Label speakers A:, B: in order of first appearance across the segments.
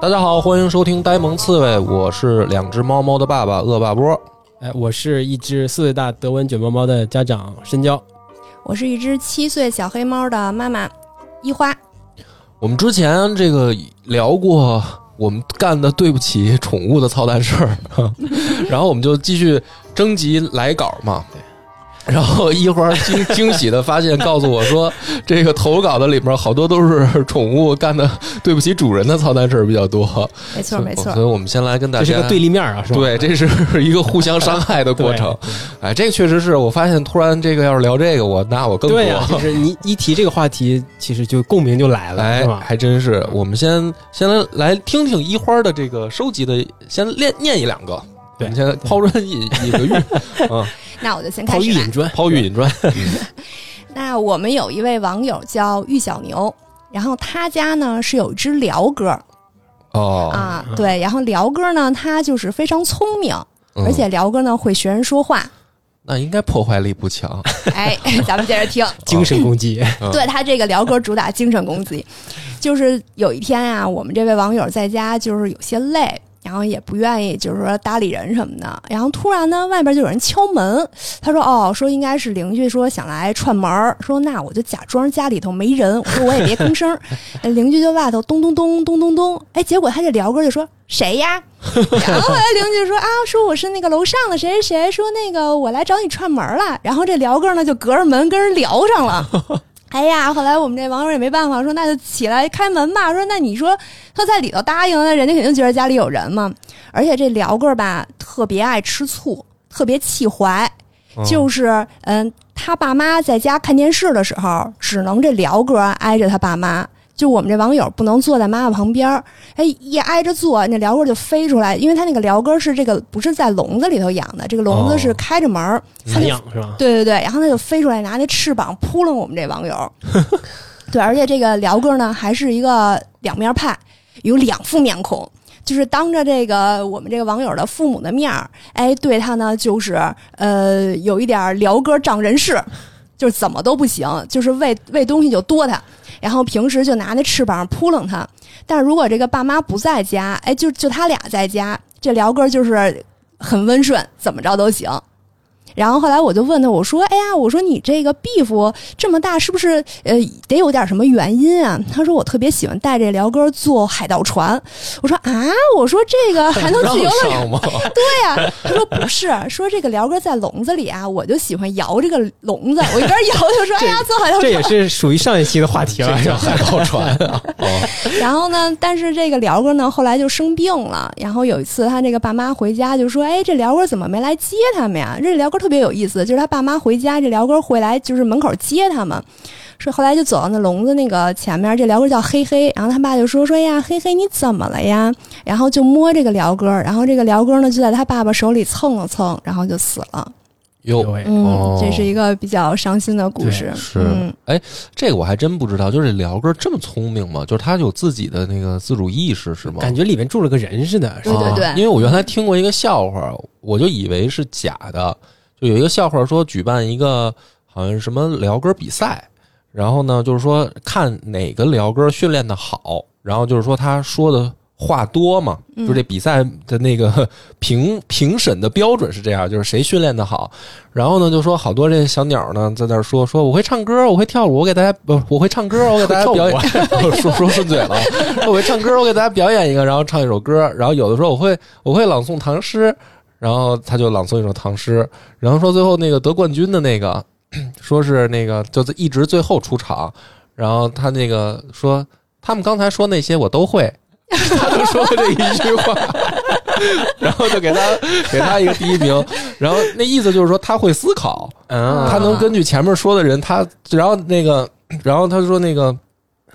A: 大家好，欢迎收听《呆萌刺猬》，我是两只猫猫的爸爸恶霸波。
B: 哎，我是一只四岁大德文卷毛猫的家长深交。
C: 我是一只七岁小黑猫的妈妈一花，
A: 我们之前这个聊过我们干的对不起宠物的操蛋事儿， 然后我们就继续征集来稿嘛。然后一会儿惊 惊喜的发现，告诉我说，这个投稿的里面好多都是宠物干的对不起主人的操蛋事儿比较多。
C: 没错没错
A: 所以，我们先来跟大
B: 这
A: 家
B: 是个对立面啊，是吧？
A: 对，这是一个互相伤害的
B: 对，
A: 过程。哎，这个确实是我发现，突然这个要是聊这个，我那我更
B: 对啊，
A: 多。
B: 就是 你一提这个话题，其实就共鸣就来了，
A: 哎
B: 是，吧？
A: 还真是。我们先先来来听听一花的这个收集的，先念念一两个。我
B: 对
A: 们先抛砖引引个玉，嗯，
C: 那我就 先
B: 抛
C: 开
B: 玉
C: 始吧
B: 引。砖，
A: 抛玉引砖。
C: 那我们有一位网友叫玉小牛，然后他家呢是有一只鹩哥
A: 哦，
C: 啊，对，然后鹩哥呢，它就是非常聪明，
A: 嗯
C: 而且鹩哥呢会学人说话。
A: 那应该破坏力不强。
C: 哎，咱们接着听。
B: 精神攻击，
A: 嗯
C: 对他这个鹩哥主打精神攻击，就是有一天啊，我们这位网友在家就是有些累，然后也不愿意就是说搭理人什么的，然后突然呢，外边就有人敲门，他说哦，说应该是邻居说想来串门儿，说那我就假装家里头没人，我说我也别吭声儿，哎邻居就外头咚咚咚咚咚咚，哎，结果他这鹩哥就说谁呀？然后后来邻居说啊，说我是那个楼上的谁谁谁，说那个我来找你串门儿了，然后这鹩哥呢就隔着门跟人聊上了。哎呀，后来我们这网友也没办法，说那就起来开门吧。说那你说他在里头答应了，那人家肯定觉得家里有人嘛。而且这辽哥吧，特别爱吃醋，特别气怀，
A: 嗯
C: 就是嗯，他爸妈在家看电视的时候，只能这辽哥挨着他爸妈。就我们这网友不能坐在妈妈旁边儿，哎，一挨着坐，那辽哥就飞出来，因为他那个辽哥是这个不是在笼子里头养的，这个笼
A: 哦嗯
C: 子是开着门儿，他
B: 散
C: 就
B: 养是吧？
C: 对对对，然后他就飞出来，拿那翅膀扑棱我们这网友。对，而且这个辽哥呢，还是一个两面派，有两副面孔，就是当着这个我们这个网友的父母的面儿，哎，对他呢，就是呃，有一点儿辽哥仗人势，就是怎么都不行，就是喂喂东西就多他，然后平时就拿那翅膀扑棱他。但是如果这个爸妈不在家，哎，就就他俩在家，这辽哥就是很温顺，怎么着都行。然后后来我就问他，我说：“哎呀，我说你这个 beef 这么大，是不是呃得有点什么原因啊？”他说：“我特别喜欢带这辽哥坐海盗船。”我说：“啊，我说这个 还能
A: 让
C: 去游乐园
A: 上吗？
C: 对呀、他说不是，说这个辽哥在笼子里啊，我就喜欢摇这个笼子，我一边摇就说，哎呀，坐好要
B: 这也是属于上一期的话题
A: 这
B: 了，是
A: 叫
B: 吧？
A: 海 盗船啊！哦
C: 然后呢，但是这个辽哥呢，后来就生病了。然后有一次，他这个爸妈回家就说：“哎，这辽哥怎么没来接他们呀？”这辽哥特别有意思，就是他爸妈回家，这辽哥会来就是门口接他们。说后来就走到那笼子那个前面，这辽哥叫黑黑，然后他爸就说说哎呀，黑黑你怎么了呀？然后就摸这个辽哥，然后这个辽哥呢就在他爸爸手里蹭了蹭，然后就死了。
B: 有
A: 哟，
B: 位
A: 哦
C: 嗯，这是一个比较伤心的故事。
A: 是哎
C: 嗯，
A: 这个我还真不知道，就是辽哥这么聪明吗？就是他有自己的那个自主意识是吗？
B: 感觉里面住了个人似的，是
C: 对
B: 吧？
C: 对对
A: 啊因为我原来听过一个笑话，我就以为是假的，就有一个笑话说举办一个好像是什么辽歌比赛，然后呢就是说看哪个辽歌训练的好，然后就是说他说的。话多嘛，
C: 嗯
A: 就这比赛的那个 评评审的标准是这样，就是谁训练的好。然后呢，就说好多这小鸟呢在那儿说说我会唱歌，我会跳舞，我给大家不，我会唱歌，我给大家表演， 说说顺嘴了，我会唱歌，我给大家表演一个，然后唱一首歌，然后有的时候我会我会朗诵唐诗，然后他就朗诵一首唐诗，然后说最后那个得冠军的那个，说是那个就是一直最后出场，然后他那个说他们刚才说那些我都会，他就说了这一句话。然后就给他给他一个第一名，然后那意思就是说他会思考，
B: 嗯，
A: 他能根据前面说的人，他然后那个，然后他说那个，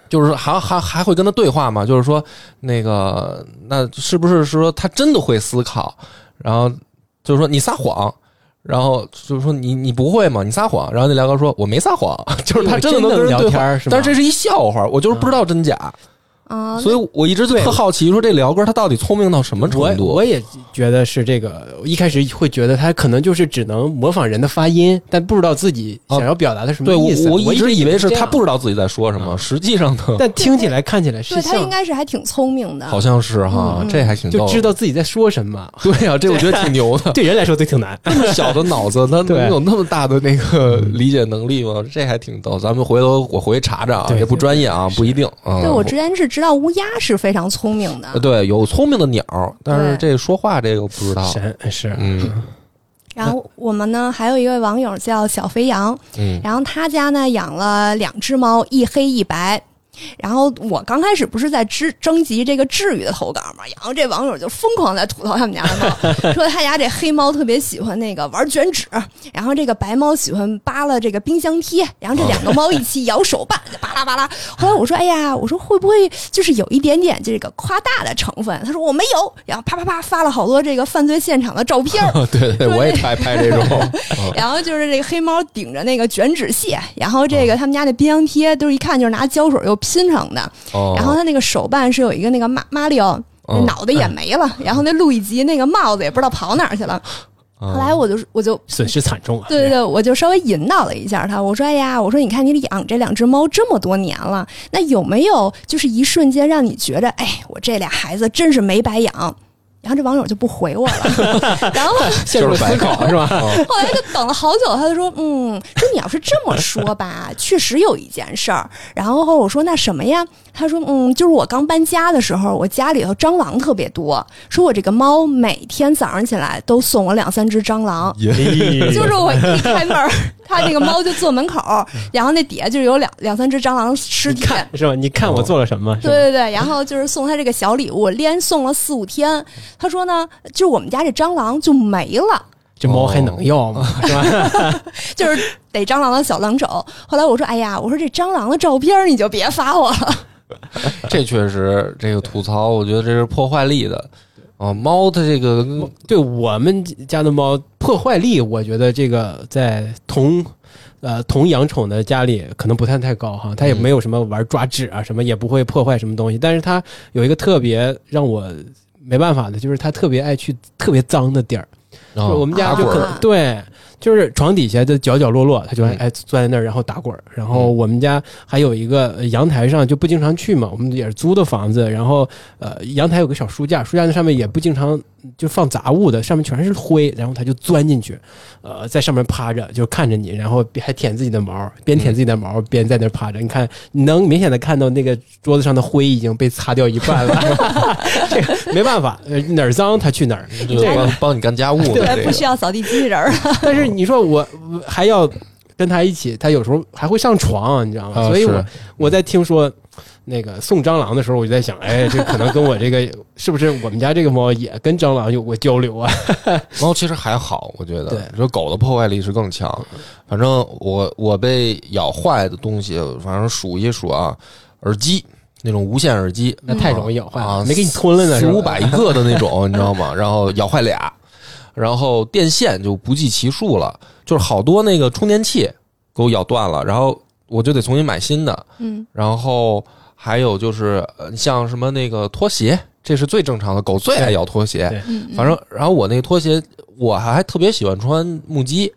A: 就是还还还会跟他对话嘛，就是说那个，那是不是说他真的会思考？然后就是说你撒谎。然后就是说你你不会吗？你撒谎。然后那 辽哥说我没撒谎，就是他真的能跟人
B: 聊
A: 对话
B: 天，是吧？哦
A: 但是这是一笑话，我就是不知道真假。
C: 啊，
A: 所以我一直就特好奇，说这辽哥他到底聪明到什么
B: 我
A: 程度？啊
B: 我也觉得是这个，一开始会觉得他可能就是只能模仿人的发音，但不知道自己想要表达的什么
A: 哦对我
B: 意思。我
A: 一直以为是他
B: 这样，
A: 不知道自己在说什么，
B: 嗯
A: 实际上呢，
B: 但听起来看起来是
C: 对他应
B: 像，
C: 该是还挺聪明的，
A: 好像是哈，
C: 嗯嗯
A: 这还挺
B: 就
A: 逗。
B: 知道自己在说什么。
A: 对啊，这我觉得挺牛的。
B: 对人来说都挺难。
A: 这么小的脑子， 他
B: 对
A: 能有那么大的那个理解能力吗？这还挺逗。咱们回头我回去查查啊，
B: 对
A: 也不专业啊，不一定啊。
C: 对我之前是知道乌鸦是非常聪明的
A: 呃，对有聪明的鸟，但是
C: 对
A: 这说话这个不知道。
B: 神呃是
A: 啊嗯
C: 然后我们呢还有一位网友叫小肥羊，
A: 嗯
C: 然后他家呢养了两只猫，一黑一白。然后我刚开始不是在征征集这个治愈的投稿嘛，然后这网友就疯狂在吐槽他们家的猫，说他家这黑猫特别喜欢那个玩卷纸，然后这个白猫喜欢扒拉这个冰箱贴，然后这两个猫一起咬手办，就巴拉巴拉。后来我说，哎呀，我说会不会就是有一点点这个夸大的成分？他说我没有，然后啪啪啪发了好多这个犯罪现场的照片儿，
A: 对对对，
C: 对
A: 我也爱拍这种。 嗯
C: 然后就是这个黑猫顶着那个卷纸屑，然后这个他们家那冰箱贴都是一看就是拿胶水又拼成的，
A: 哦
C: 然后他那个手办是有一个那个马马里奥，那
A: 嗯
C: 脑袋也没了，然后那路易吉那个帽子也不知道跑哪儿去了。
A: 后
C: 后来我就我就
B: 损失惨重啊！
C: 对对对，我就稍微引导了一下他，我说：“哎呀，我说你看你养这两只猫这么多年了，那有没有就是一瞬间让你觉得，哎，我这俩孩子真是没白养？”然后这网友就不回我 了，然后
B: 陷入
A: 就是白
B: 思考是吧？
C: 后来就等了好久，他就说：“嗯，说你要是这么说吧，确实有一件事儿。”然后我说：“那什么呀？”他说：“嗯，就是我刚搬家的时候，我家里头蟑螂特别多，说我这个猫每天早上起来都送我两三只蟑螂。”
B: 哎
C: 就是我一开门儿， 它那个猫就坐门口儿，然后那底下就有两两三只蟑螂尸
B: 你
C: 体。
B: 看是吧？你看
A: 哦
B: 我做了什么？是
C: 对
B: 吧
C: 对对，然后就是送他这个小礼物，连送了四五天。他说呢，就是我们家这蟑螂就没了，
B: 这
A: 哦
B: 猫还能要吗？是吧？
C: 就是逮蟑螂的小狼手。后来我说，哎呀，我说这蟑螂的照片儿你就别发我了。
A: 这确实这个吐槽，我觉得这是破坏力的。哦，猫它这个
B: 对我们家的猫破坏力，我觉得这个在同呃同养宠的家里可能不太太高哈，它也
A: 嗯
B: 没有什么玩抓纸啊什么，也不会破坏什么东西。但是它有一个特别让我没办法的，就是它特别爱去特别脏的地儿。
A: 啊
B: 我们家
A: 打
B: 就
A: 滚
B: 可
A: 儿
C: 啊
B: 能对，就是床底下的角角落落，他就爱
A: 嗯
B: 哎钻在那儿，然后打滚儿。然后我们家还有一个呃阳台上就不经常去嘛，我们也是租的房子，然后呃阳台有个小书架，书架那上面也不经常就放杂物的，上面全是灰，然后他就钻进去，呃在上面趴着就看着你，然后还舔自己的毛，边
A: 嗯
B: 舔自己的毛边在那儿趴着。你看，你能明显的看到那个桌子上的灰已经被擦掉一半了， 这个没办法，呃哪儿脏他去哪儿。
A: 就帮帮你干家务的这
C: 不
A: 个
C: 需要扫地机器人儿。
B: 但是你说我我还要跟他一起，他有时候还会上床，你知道吗？
A: 啊
B: 所以我
A: 是
B: 我在听说那个送蟑螂的时候，我就在想， 哎，这可能跟我这个是不是我们家这个猫也跟蟑螂有过交 流啊？
A: 猫其实还好，我觉得。
B: 对
A: 你说狗的破坏力是更强。反正我我被咬坏的东西，反正数一数啊，耳机那种无线耳机，
B: 那太容易咬坏
A: 啊
B: 了，没给你吞了呢，
A: 四
B: 是吧
A: 五百一个的那种，你知道吗？然后咬坏俩，然后电线就不计其数了，就是好多那个充电器给我咬断了，然后我就得重新买新的。
C: 嗯，
A: 然后还有就是呃像什么那个拖鞋，这是最正常的，狗最爱咬拖鞋。
C: 嗯，
A: 反正，然后我那个拖鞋，我还特别喜欢穿木屐，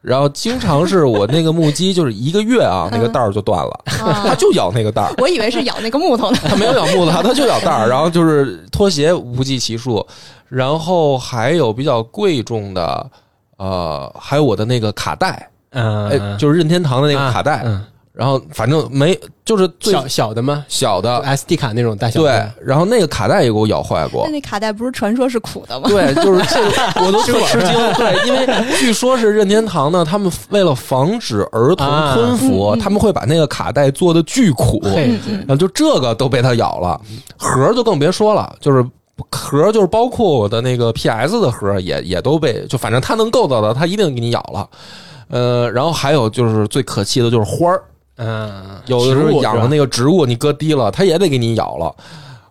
A: 然后经常是我那个木屐就是一个月啊，那个带儿就断 了，它
C: 啊，
A: 就咬那个带儿，
C: 我以为是咬那个木头呢。
A: 它没有咬木头，它就咬带儿，然后就是拖鞋不计其数，然后还有比较贵重的，呃，还有我的那个卡带，
B: 嗯，
A: 哎，就是任天堂的那个卡带，
B: 嗯，
A: 然后反正没就是最
B: 小小的吗
A: 小的，
B: ？SD 卡那种大小
A: 对
B: 的，，
A: 然后那个卡带也给我咬坏过
C: 那，那卡带不是传说是苦的吗？
A: 对，就是这 个，我都特吃惊。对，因为据说是任天堂呢，他们为了防止儿童吞服，
C: 啊嗯嗯
A: 他们会把那个卡带做的巨苦，
B: 嘿
C: 嗯嗯
A: 然后就这个都被它咬了，盒儿就更别说了，就是。盒儿就是包括我的那个 PS 的盒儿也也都被就反正它能够到的，它一定给你咬了，呃，然后还有就是最可气的就是花儿，
B: 嗯，
A: 有的时
B: 植
A: 候
B: 物
A: 养的那个植物你搁低了，它也得给你咬了。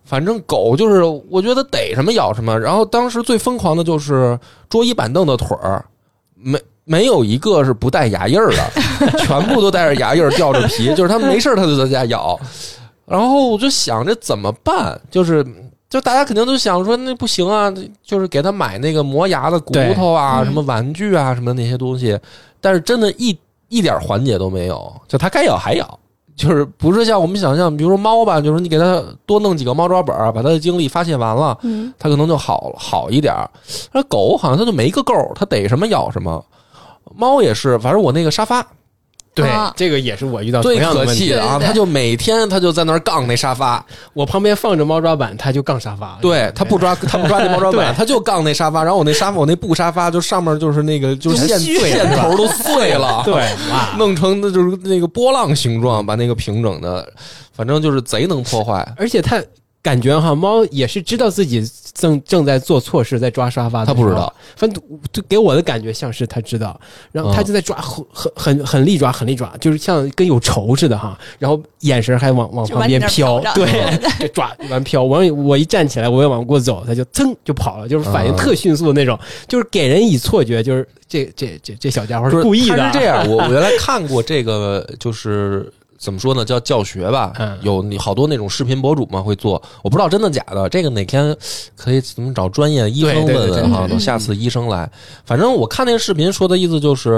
A: 反正狗就是，我觉得逮什么咬什么。然后当时最疯狂的就是桌椅板凳的腿儿，没没有一个是 不带牙印儿的，全部都带着牙印儿，吊着皮，就是它没事儿它就在家咬。然后我就想着怎么办，就是就大家肯定都想说那不行啊，就是给他买那个磨牙的骨头啊，
C: 对嗯
A: 什么玩具啊，什么那些东西，但是真的一一点缓解都没有，就它该咬还咬。就是不是像我们想象，比如说猫吧，就是你给它多弄几个猫抓板儿，把它的精力发泄完了，
C: 嗯，
A: 它可能就好好一点儿。那狗好像它就没个够，它逮什么咬什么。猫也是，反正我那个沙发
B: 对
C: 啊，
B: 这个也是我遇到同
A: 最
B: 样的
A: 可
B: 问
A: 气
B: 题。
A: 的啊，
C: 对对对
A: 它就每天它就在那儿杠那沙发，
B: 我旁边放着猫抓板，它就杠沙发了。
A: 对它不抓它不抓那猫抓板，
B: 对
A: 它就杠那沙发。然后我那沙发我那布沙发就上面就是那个就是线
B: 虚
A: 线头都碎了，
B: 对，哇，
A: 弄成的就是那个波浪形状，把那个平整的，反正就是贼能破坏。
B: 而且它感觉哈，猫也是知道自己正正在做错事，在抓沙发的时
A: 它
B: 候。
A: 不知道，
B: 反正就给我的感觉像是它知道，然后它
A: 嗯
B: 就在抓，很很很很利抓，很利抓，就是像跟有仇似的哈。然后眼神还往往
C: 就
B: 旁
C: 往
B: 边
C: 你那儿
B: 飘
C: 瞟，着
B: 对，就抓往飘。我我一站起来，我也往过走，它就噌就跑了，就是反
A: 嗯
B: 应特迅速的那种，就是给人以错觉，就是这这这这小家伙
A: 不
B: 是
A: 是
B: 故意的。
A: 他
B: 啊
A: 是这样，我我原来看过这个，就是怎么说呢，叫教学吧
B: 嗯，
A: 有你好多那种视频博主嘛会做，我不知道真的假的，这个哪天可以咱们找专业医生
B: 对对
A: 问问
B: 对对
A: 哈，
C: 嗯
A: 等下次医生来。反正我看那个视频说的意思就是，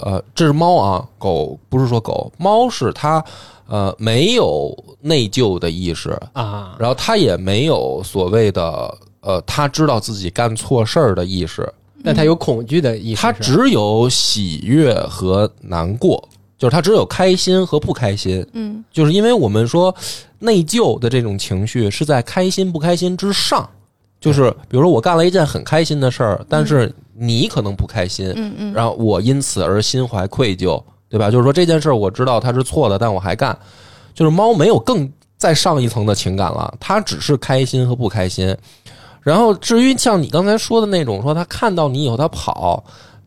A: 呃，这是猫啊，狗不是说狗，猫是它呃没有内疚的意识，
B: 啊，
A: 然后它也没有所谓的。呃，它知道自己干错事儿的意识，
B: 但它有恐惧的意识是
A: 它
B: 吧，
A: 只有喜悦和难过，就是它只有开心和不开心。
C: 嗯，
A: 就是因为我们说内疚的这种情绪是在开心不开心之上，就是比如说我干了一件很开心的事儿，
B: 嗯
A: 但是你可能不开心，
C: 嗯嗯，
A: 然后我因此而心怀愧疚，对吧？就是说这件事儿我知道它是错的，但我还干。就是猫没有更再上一层的情感了，它只是开心和不开心。然后至于像你刚才说的那种，说它看到你以后它跑。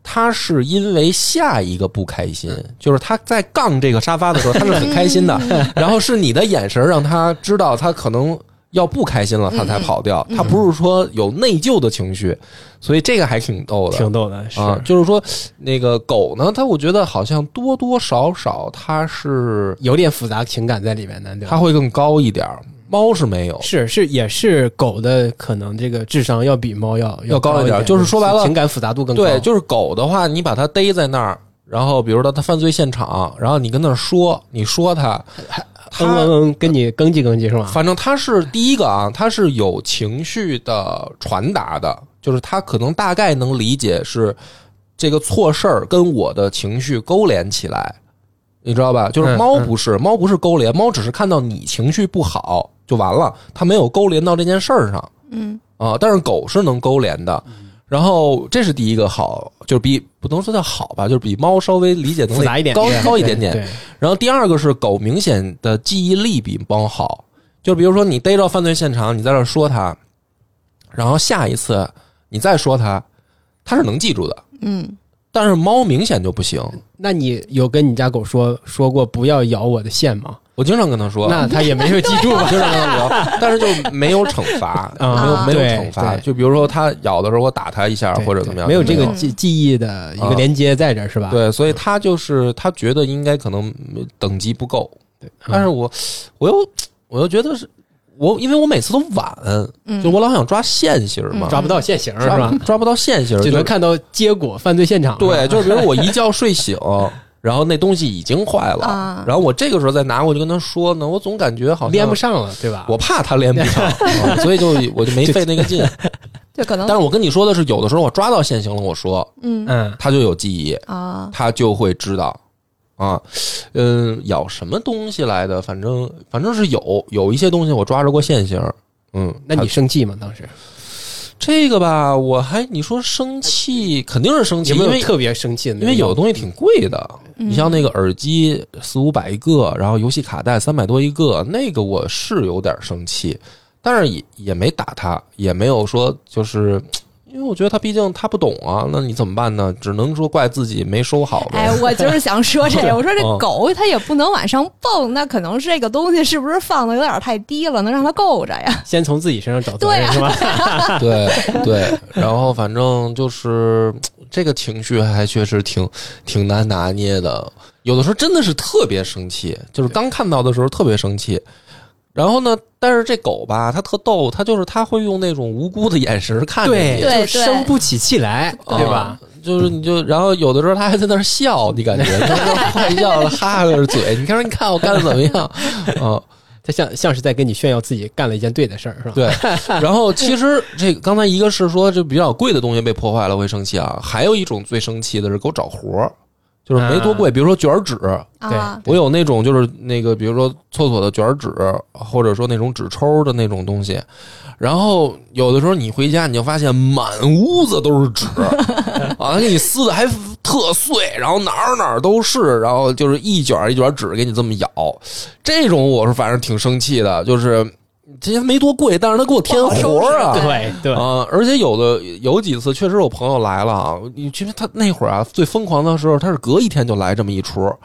A: 它是因为下一个不开心，就是它在杠这个沙发的时候，它是很开心的，然后是你的眼神让它知道它可能要不开心了，它才跑掉。它不是说有内疚的情绪，所以这个还挺逗的，
B: 挺逗的，是。
A: 啊，就是说那个狗呢，它我觉得好像多多少少它是
B: 有点复杂情感在里面的，对
A: 它
B: 吧？
A: 会更高一点儿，猫是没有。
B: 是是也是狗的可能这个智商要比猫要
A: 要高
B: 高
A: 一点
B: 点，
A: 就是说白了
B: 情感复杂度更高。
A: 对，就是狗的话，你把它逮在那儿，然后比如说它犯罪现场，然后你跟那儿说，你说它，
B: 嗯嗯
A: 它
B: 嗯，跟你更叽更叽是吧？
A: 反正它是第一个啊，它是有情绪的传达的，就是它可能大概能理解是这个错事儿跟我的情绪勾连起来，你知道吧？就是
B: 嗯
A: 猫
B: 嗯
A: 不是，猫不是勾连，猫只是看到你情绪不好就完了，它没有勾连到这件事儿上。
C: 嗯
A: 啊，但是狗是能勾连的。
B: 嗯
A: 然后这是第一个好，就是比不能说叫好吧，就是比猫稍微理解能
B: 复杂一
A: 力
B: 点，
A: 高
B: 对
A: 高一点
B: 对
A: 点。
B: 对
A: 然后第二个是狗明显的记忆力比猫好，就比如说你逮着犯罪现场，你在这儿说它，然后下一次你再说它，它是能记住的。
C: 嗯，
A: 但是猫明显就不行，
B: 那你有跟你家狗说说过不要咬我的线吗？
A: 我经常跟它说，
B: 那它也没 有记住 吧？
A: 经常跟它聊，但是就没有惩罚，
B: 啊
A: 没有没有
B: 对
A: 惩罚。
B: 对
A: 就比如说它咬的时候，我打它一下
B: 对
A: 啊或者怎么样，
B: 没有
A: 就
B: 这个
C: 没有
B: 记记忆的一个
A: 啊
B: 连接在这儿是吧？
A: 对，所以他就是他觉得应该可能嗯等级不够，
B: 嗯，
A: 但是我我又我又觉得是我，因为我每次都晚，
C: 嗯
A: 就我老想抓线型儿嘛，
B: 抓不到现行是
A: 抓
B: 吧？
A: 抓不到线型儿，
B: 只
A: 就
B: 能看到结果犯罪现场。
A: 对，就是比如我一觉睡 醒。然后那东西已经坏了，
C: 啊
A: 然后我这个时候再拿过去跟他说呢，我总感觉好像
B: 连不，上了，对吧？
A: 我怕他连不 上，啊所以就我就没费那个劲。
C: 就可能
A: 但是我跟你说的是，有的时候我抓到线型了，我说
C: 嗯
B: 嗯，
A: 他就有记忆，
C: 啊，
A: 他就会知道啊，嗯，咬什么东西来的，反正反正是有有一些东西我抓着过现行，嗯，
B: 那你生气吗？当时
A: 这个吧，我还你说生气肯定是生气，
B: 有没
A: 因
B: 有
A: 为
B: 特别生气的那
A: 因
B: 种？
A: 为有的东西挺贵的，
C: 嗯
A: 你像那个耳机四五百一个，然后游戏卡带三百多一个，那个我是有点生气，但是也也没打他，也没有说就是。因为我觉得他毕竟他不懂啊，那你怎么办呢？只能说怪自己没收好呗。
C: 哎，我就是想说这个，我说这
A: 嗯
C: 狗它也不能往上蹦，那可能是这个东西是不是放的有点太低了，能让它够着呀？
B: 先从自己身上找责
C: 对
B: 任
C: 啊
B: 是吧？
A: 对对，然后反正就是这个情绪还确实挺挺难拿捏的，有的时候真的是特别生气，就是刚看到的时候特别生气，然后呢，但是这狗吧，它特逗，它就是它会用那种无辜的眼神看着
B: 对，
A: 你，
C: 对
B: 就生不起气来，
A: 啊
B: 对吧？？
A: 就是你就，然后有的时候它还在那儿笑，你感觉它在那儿坏笑了，哈哈着嘴，你看你看我干的怎么样？ 啊，
B: 他像像是在跟你炫耀自己干了一件对的事儿，是吧？
A: 对，然后其实这个刚才一个是说这比较贵的东西被破坏了会生气啊，还有一种最生气的是给我找活儿，就是没多贵，比如说卷纸，
C: 啊，
A: 我有那种就是那个比如说厕所的卷纸，或者说那种纸抽的那种东西，然后有的时候你回家你就发现满屋子都是纸 啊，他给你撕的还特碎，然后哪儿哪儿都是，然后就是一卷一卷纸给你这么咬，这种我是反正挺生气的，就是。这些没多贵，但是他给我添
C: 不好收
A: 活儿啊！
C: 拾
B: 对对
A: 啊、而且有的有几次确实有朋友来了啊，你其实他那会儿啊最疯狂的时候，他是隔一天就来这么一出。嗯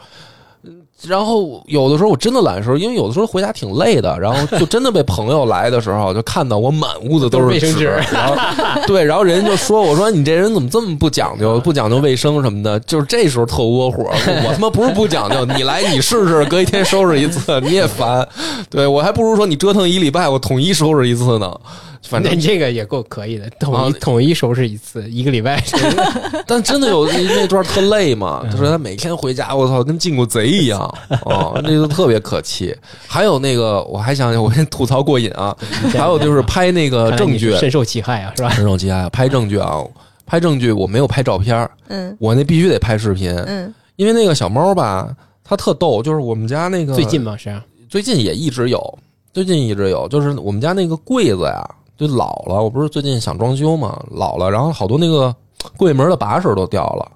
A: 然后有的时候我真的懒的时候，因为有的时候回家挺累的，然后就真的被朋友来的时候，就看到我满屋子
B: 都是
A: 是
B: 卫生纸
A: 然 后对，然后人家就说我说你这人怎么这么不讲究，不讲究卫生什么的，就是这时候特窝火，我他妈不是不讲究，你来你试试，隔一天收拾一次你也烦，对我还不如说你折腾一礼拜，我统一收拾一次呢，反正
B: 那这个也够可以的，统一
A: 啊
B: 统一收拾一次，一个礼拜
A: 但真的有那那段特累 嘛？他说他每天回家，我操，跟进过贼一 样啊，那就特别可气。还有那个，我还想我先吐槽过瘾啊， 还有就是拍那个
B: 看来
A: 证
B: 你是
A: 据，
B: 深受其害啊，是吧？
A: 很手机啊，拍证据啊，拍证据，我没有拍照片儿，
C: 嗯
A: 我那必须得拍视频，
C: 嗯
A: 因为那个小猫吧，它特逗，就是我们家那个
B: 最近嘛是，啊
A: 最近也一直有，最近一直有，就是我们家那个柜子呀，就老了。我不是最近想装修嘛，老了，然后好多那个柜门的把手都掉了，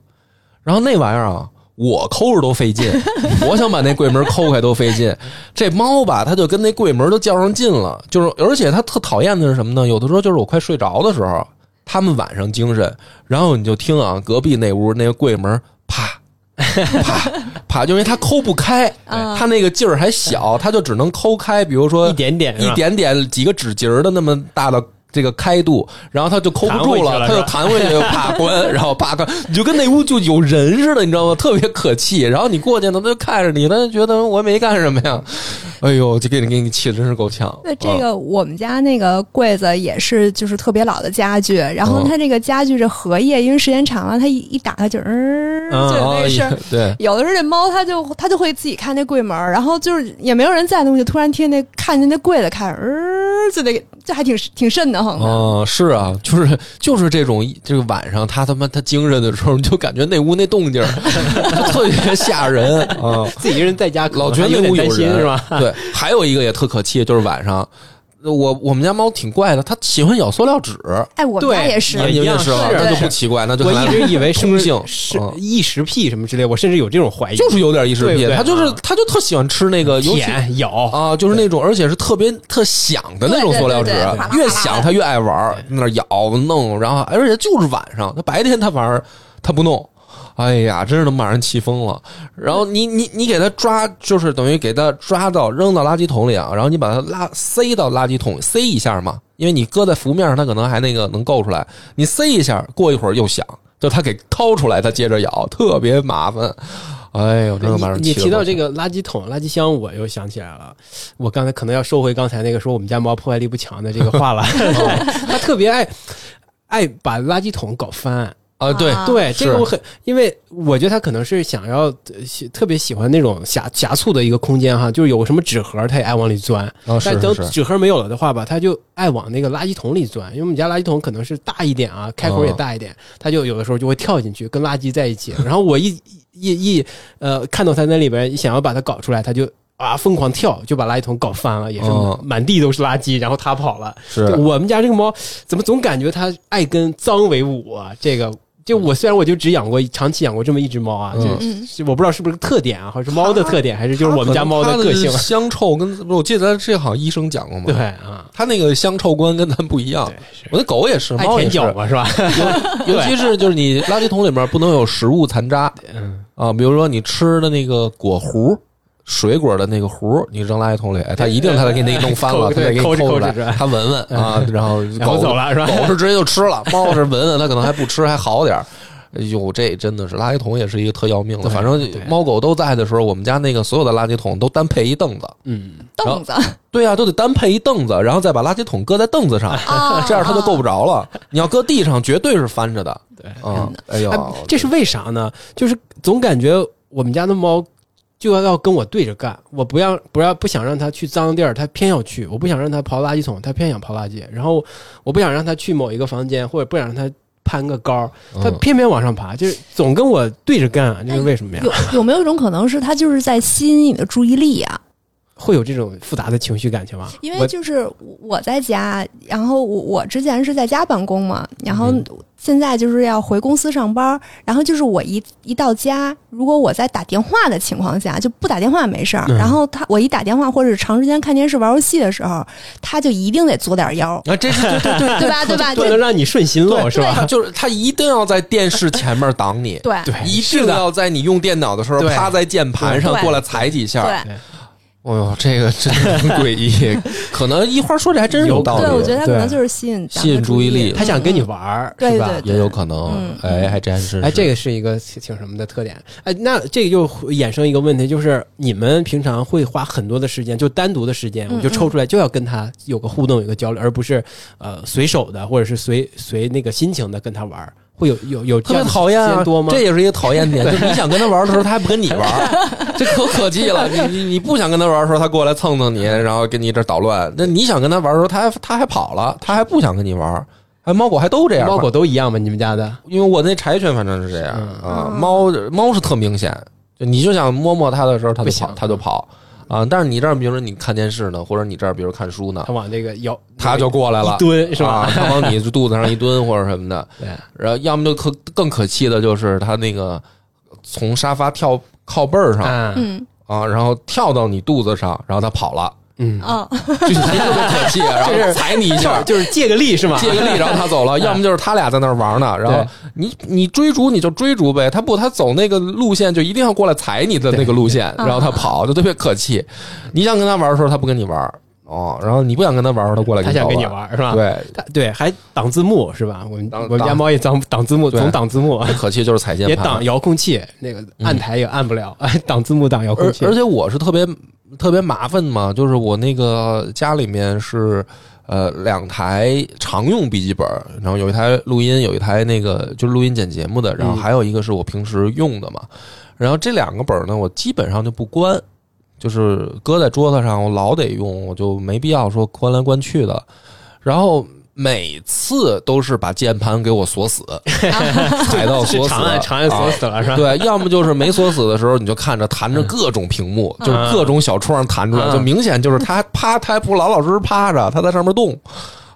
A: 然后那玩意儿啊。我抠着都费劲， 我想把那柜门抠开都费劲。这猫吧，它就跟那柜门都较上劲了，就是而且它特讨厌的是什么呢？有的时候就是我快睡着的时候，它们晚上精神，然后你就听啊，隔壁那屋那个柜门啪啪啪，就因为它抠不开，
C: 啊，
A: 它那个劲儿还小，它就只能抠开，比如说
B: 嗯一点点是
A: 呃一
B: 吧
A: 点点几个指节儿的那么大的。这个开度，然后它就抠不住
B: 弹回去了
A: 它
B: 是
A: 就
B: 吧
A: 弹回去，啪关，然后啪关， 你就跟那屋就有人似的，你知道吗？特别可气。然后你过去呢，它就看着你，它就觉得我没干什么 呀。哎呦，就给你给你气，真是够呛。
C: 那这个我们家那个柜子也是，就是特别老的家具，然后
A: 嗯
C: 它这个家具这荷叶，因为时间长了，它一一打它就嗯，
A: 嗯，
C: 就有那
A: 啊
C: 个声
A: 也
C: 儿。
A: 对，
C: 有的时候这猫它就它就会自己看那柜门儿，然后就是也没有人在的东西，突然听那看见那柜子开始，嗯，就得就还挺挺瘆得慌的。
A: 啊、是啊，就是就是这种，这个晚上它他妈它精神的时候，你就感觉那屋那动静儿 就特别吓人啊。
B: 自己一个人在家，
A: 老觉得
B: 觉得
A: 那
B: 有
A: 屋
B: 点
A: 有
B: 担心
A: 人
B: 是吧？
A: 对，还有一个也特可气，就是晚上，呃我我们家猫挺怪的，它喜欢咬塑料纸。
C: 哎，我们家
B: 对
C: 也是
A: 啊，你们
B: 一
A: 也
B: 样
A: 是吧？
B: 是
A: 那就不
B: 是
A: 奇怪，那就
B: 我
A: 看来
B: 一直以为是不
A: 通
B: 是
A: 性
B: 是
A: 嗯
B: 异食癖什么之类，我甚至有这种怀疑，
A: 就是有点异食
B: 对
A: 癖，
B: 不对
A: 它就是
B: 啊
A: 它就特喜欢吃那个，尤其
B: 舔咬，
A: 啊，就是那种，而且是特别特响的那种塑料纸
C: 对对对对，对
A: 越响它越爱玩儿，那儿咬弄，然后而且就是晚上，它白天它玩儿它不弄。哎呀，真是能把人气疯了。然后你你你给它抓，就是等于给它抓到扔到垃圾桶里啊，然后你把它拉塞到垃圾桶塞一下嘛，因为你搁在浮面上，它可能还那个能够出来。你塞一下，过一会儿又响，就它给掏出来，它接着咬，特别麻烦。哎呦，真的把人
B: 你你
A: 气得
B: 提到这
A: 够
B: 个垃圾桶、垃圾箱，我又想起来了。我刚才可能要收回刚才那个说我们家猫破坏力不强的这个话了。 它特别爱爱把垃圾桶搞翻。
A: 啊，对
C: 啊
B: 对，
A: 是
B: 这个我很，因为我觉得它可能是想要呃喜特别喜欢那种狭狭促的一个空间哈，就是有什么纸盒它也爱往里钻。
A: 啊，是
B: 但
A: 是
B: 等
A: 是。
B: 纸盒没有了的话吧，它就爱往那个垃圾桶里钻，因为我们家垃圾桶可能是大一点啊，开
A: 哦
B: 口也大一点，它就有的时候就会跳进去跟垃圾在一起。然 后我一一一呃看到它那里边，想要把它搞出来，它就啊疯狂跳，就把垃圾桶搞翻了，也是
A: 嗯
B: 满地都是垃圾，然后它跑了。
A: 是
B: 对我们家这个猫怎么总感觉它爱跟脏为伍啊？这个就我虽然我就只养过长期养过这么一只猫啊，
A: 嗯
B: 就是
C: 嗯，
B: 是我不知道是不是个特点啊，或者是猫的特点，还是就是我们家猫
A: 的
B: 个性。啊
A: 香臭跟不是我记得咱这好像医生讲过嘛，
B: 对，啊，
A: 它那个香臭观跟咱不一样
B: 对。是。
A: 我那狗也是，
B: 爱
A: 猫也
B: 舔
A: 是
B: 脚，嘛，是吧？
A: 尤其是就是你垃圾桶里面不能有食物残渣
B: 嗯，
A: 啊，比如说你吃的那个果核。水果的那个核，你扔垃圾桶里，哎它一定它得给你弄翻了，
B: 抠
A: 它得给你
B: 抠着
A: 出
B: 抠着
A: 来
B: 是吧，
A: 它闻闻啊，然后
B: 嗯 然后
A: 狗
B: 走了是吧
A: 狗是直接就吃了，猫是闻闻，它可能还不吃，还好点儿。哟，这真的是垃圾桶也是一个特要命的。
B: 对
A: 反正
B: 对
A: 猫狗都在的时候，我们家那个所有的垃圾桶都单配一凳子。
B: 嗯，
C: 凳
A: 哦
C: 子
A: 对呀、都得单配一凳子，然后再把垃圾桶搁在凳子上，
C: 啊，
A: 这样它就够不着 了。你要搁地上，绝对是翻着的。
B: 对。
A: 嗯，哎呦
B: 哎，这是为啥呢？就是总感觉我们家的猫就要要跟我对着干，我不要不要不想让它去脏地儿，它偏要去；我不想让它刨垃圾桶，它偏想刨垃圾；然后我不想让它去某一个房间，或者不想让它攀个高，它
A: 嗯
B: 偏偏往上爬，就是总跟我对着干，啊这是为什么呀？
C: 哎有有没有一种可能是它就是在吸引你的注意力啊？
B: 会有这种复杂的情绪感情吗？
C: 因
B: 我
C: 为就是我在家，然后我我之前是在家办公嘛，然后
B: 嗯
C: 现在就是要回公司上班，然后就是我一一到家，如果我在打电话的情况下，就不打电话没事儿，
B: 嗯
C: 然后他我一打电话或者长时间看电视玩游戏的时候，他就一定得作 点妖，
A: 啊，这是对对对
C: 对吧？对吧？
B: 不
C: 这
B: 能让你顺心喽，
A: 对，
B: 是吧？
A: 就是它一定要在电视前面挡你，
C: 对
B: 对，
A: 一
B: 是
A: 定
B: 的，
A: 要在你用电脑的时候
B: 对
A: 趴在键盘上
C: 对
A: 过来踩几下。
C: 对。
A: 哎呦，这个 真的很诡 异，可能一花说这还真是有道理。
C: 对，我觉得他可能
B: 对
C: 就是吸引咱们
A: 吸引
C: 的
A: 注意力
B: 它想
C: 嗯
B: 跟你玩儿，
C: 对
B: 是吧？
C: 对
A: 也有可能，
C: 嗯
A: 哎，还真是。
B: 哎，这个是一个挺挺什么的特点？哎，那这个就衍生一个问题，就是你们平常会花很多的时间，就单独的时间，
C: 嗯
B: 我就抽出来就要跟他有个互动，有个交流，而不是呃随手的或者是随随那个心情的跟他玩儿，会有有有
A: 特别
B: 这样的
A: 讨厌
B: 时
A: 啊
B: 间多吗？
A: 这也是一个讨厌 点，就是你想跟他玩的时候，他还不跟你玩， 这可可气了。你你你不想跟他玩的时候，他过来蹭蹭你，然后跟你这儿捣乱。那你想跟他玩的时候，他还他还跑了，他还不想跟你玩。哎，猫狗还都这样，啊
B: 猫狗都一样吗？你们家的？
A: 因为我那柴犬反正是这样
B: 嗯
A: 啊，
C: 哦
A: 猫猫是特明显，就你就想摸摸它的时候，它
B: 不
A: 就跑
B: 想，
A: 它就跑啊。但是你这儿，比如说你看电视呢，或者你这儿，比如看书呢
B: 它，往这个摇，
A: 它就过来了
B: 一，蹲是吧
A: 啊？它往你肚子上一蹲或者什么的，
B: 对，
A: 然后要么就可更可气的就是它那个从沙发跳靠背儿上
B: 嗯
C: 嗯
A: 啊，然后跳到你肚子上，然后它跑了，
B: 嗯，
C: 哦，
A: 就是特别可气，啊 然后踩你一下，
B: 啊就是借个力是吗？
A: 借个力，然后他走 了；要么就是他俩在那儿玩呢，然后你你追逐你就追逐呗，他不他走那个路线就一定要过来踩你的那个路线，
C: 对
A: 然后他跑就特别可气。你想跟他玩的时候，他不跟你玩哦，然后你不想跟他玩，他过来
B: 它
A: 你
B: 想
A: 捣
B: 跟你
A: 乱。
B: 玩儿是吧？
A: 对，
B: 它对，还挡字幕是吧？我们
A: 挡
B: 我们家
A: 挡
B: 猫也挡挡字幕，
A: 对
B: 总挡字幕。
A: 最可气就是踩键
B: 也
A: 盘，
B: 挡遥控器，那个按台也按不了， 挡字幕挡遥控
A: 而
B: 器。
A: 而且我是特别特别麻烦嘛，就是我那个家里面是呃两台常用笔记本，然后有一台录音，有一台那个就是录音剪节目的，然
B: 嗯
A: 后还有一个是我平时用的嘛。然后这两个本儿呢，我基本上就不关，就是搁在桌子上，我老得用，我就没必要说关来关去的。然后每次都是把键盘给我锁 死，踩到
B: 是
A: 锁死，
B: 长按长按
A: 啊
B: 锁死了是 吧？
A: 对，要么就是没锁死的时候，你就看着弹着各种屏幕，
B: 嗯
A: 就是各种小窗弹出来，
B: 嗯
A: 就明显就是他趴，他还不老老实实趴着，他在上面动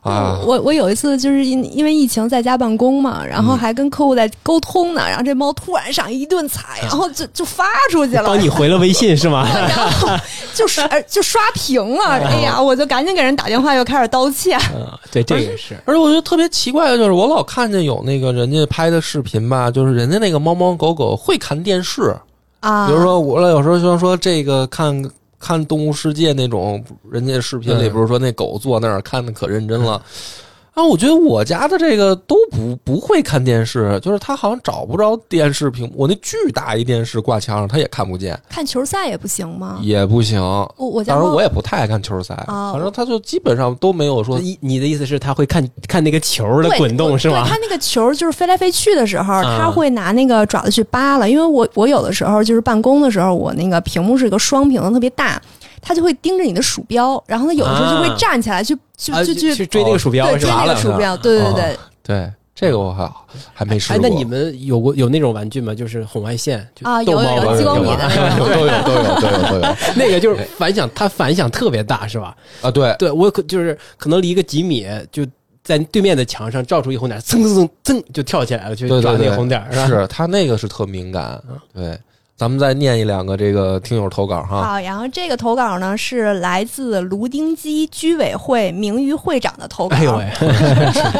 A: 啊。
C: 我我有一次就是因因为疫情在家办公嘛，然后还跟客户在沟通呢，然后这猫突然上一顿踩，然后就就发出去了
B: 帮，你回了微信是吗？
C: 然后就刷呃就刷屏了。哎呀，我就赶紧给人打电话，又开始道歉。
B: 嗯，对，这个是
A: 而且我觉得特别奇怪的就是，我老看见有那个人家拍的视频吧，就是人家那个猫猫狗狗会看电视，
C: 啊，
A: 比如说我有时候就说这个看。看《动物世界》那种，人家视频里
B: 嗯
A: 不是说那狗坐那儿看的可认真了，
C: 嗯
A: 啊，我觉得我家的这个都不不会看电视，就是他好像找不着电视屏幕，我那巨大一电视挂墙上，他也看不见，
C: 看球赛也不行吗？
A: 也不行。
C: 我我啊家
A: 当然
C: 猫
A: 我也不太爱看球赛，
C: 哦
A: 反正他就基本上都没有说
C: 嗯
B: 你你的意思是他会看看那个球的
C: 对
B: 滚动是
C: 对，
B: 吗
C: 它？那个球就是飞来飞去的时候，
B: 啊
C: 它会拿那个爪子去扒拉。因为我我有的时候就是办公的时候，我那个屏幕是一个双屏的，特别大，它就会盯着你的鼠标，然后它有的时候就
B: 啊
C: 会站起来去去
B: 啊
C: 去去
B: 去追那个鼠标
C: 对
B: 是
C: 追
B: 吧哦
C: 那？个鼠标，对对对，
A: 对这个我还还没试
B: 哎
A: 过。，
B: 那你们有过有那种玩具吗？就是红外线就
C: 啊
B: 逗
C: 有
B: 猫
C: 有
B: 玩
C: 有激光
B: 有
C: 笔
B: 吗
C: 的那
A: 有
C: 种。
A: 都有都有都有都 有
B: 那个就是反响，它反响特别大是吧？
A: 啊，对，
B: 对我可就是可能离个几米就。在对面的墙上照出一红点儿，蹭蹭蹭蹭就跳起来了，就
A: 对
B: 抓
A: 对
B: 那
A: 对，
B: 个红点儿吧？
A: 是他那个是特敏感，对。咱们再念一两个这个听友投稿
B: 哦
A: 哈，
C: 好，然后这个投稿呢是来自卢丁基居委会名誉会长的投稿。
B: 哎呦喂，
A: 这么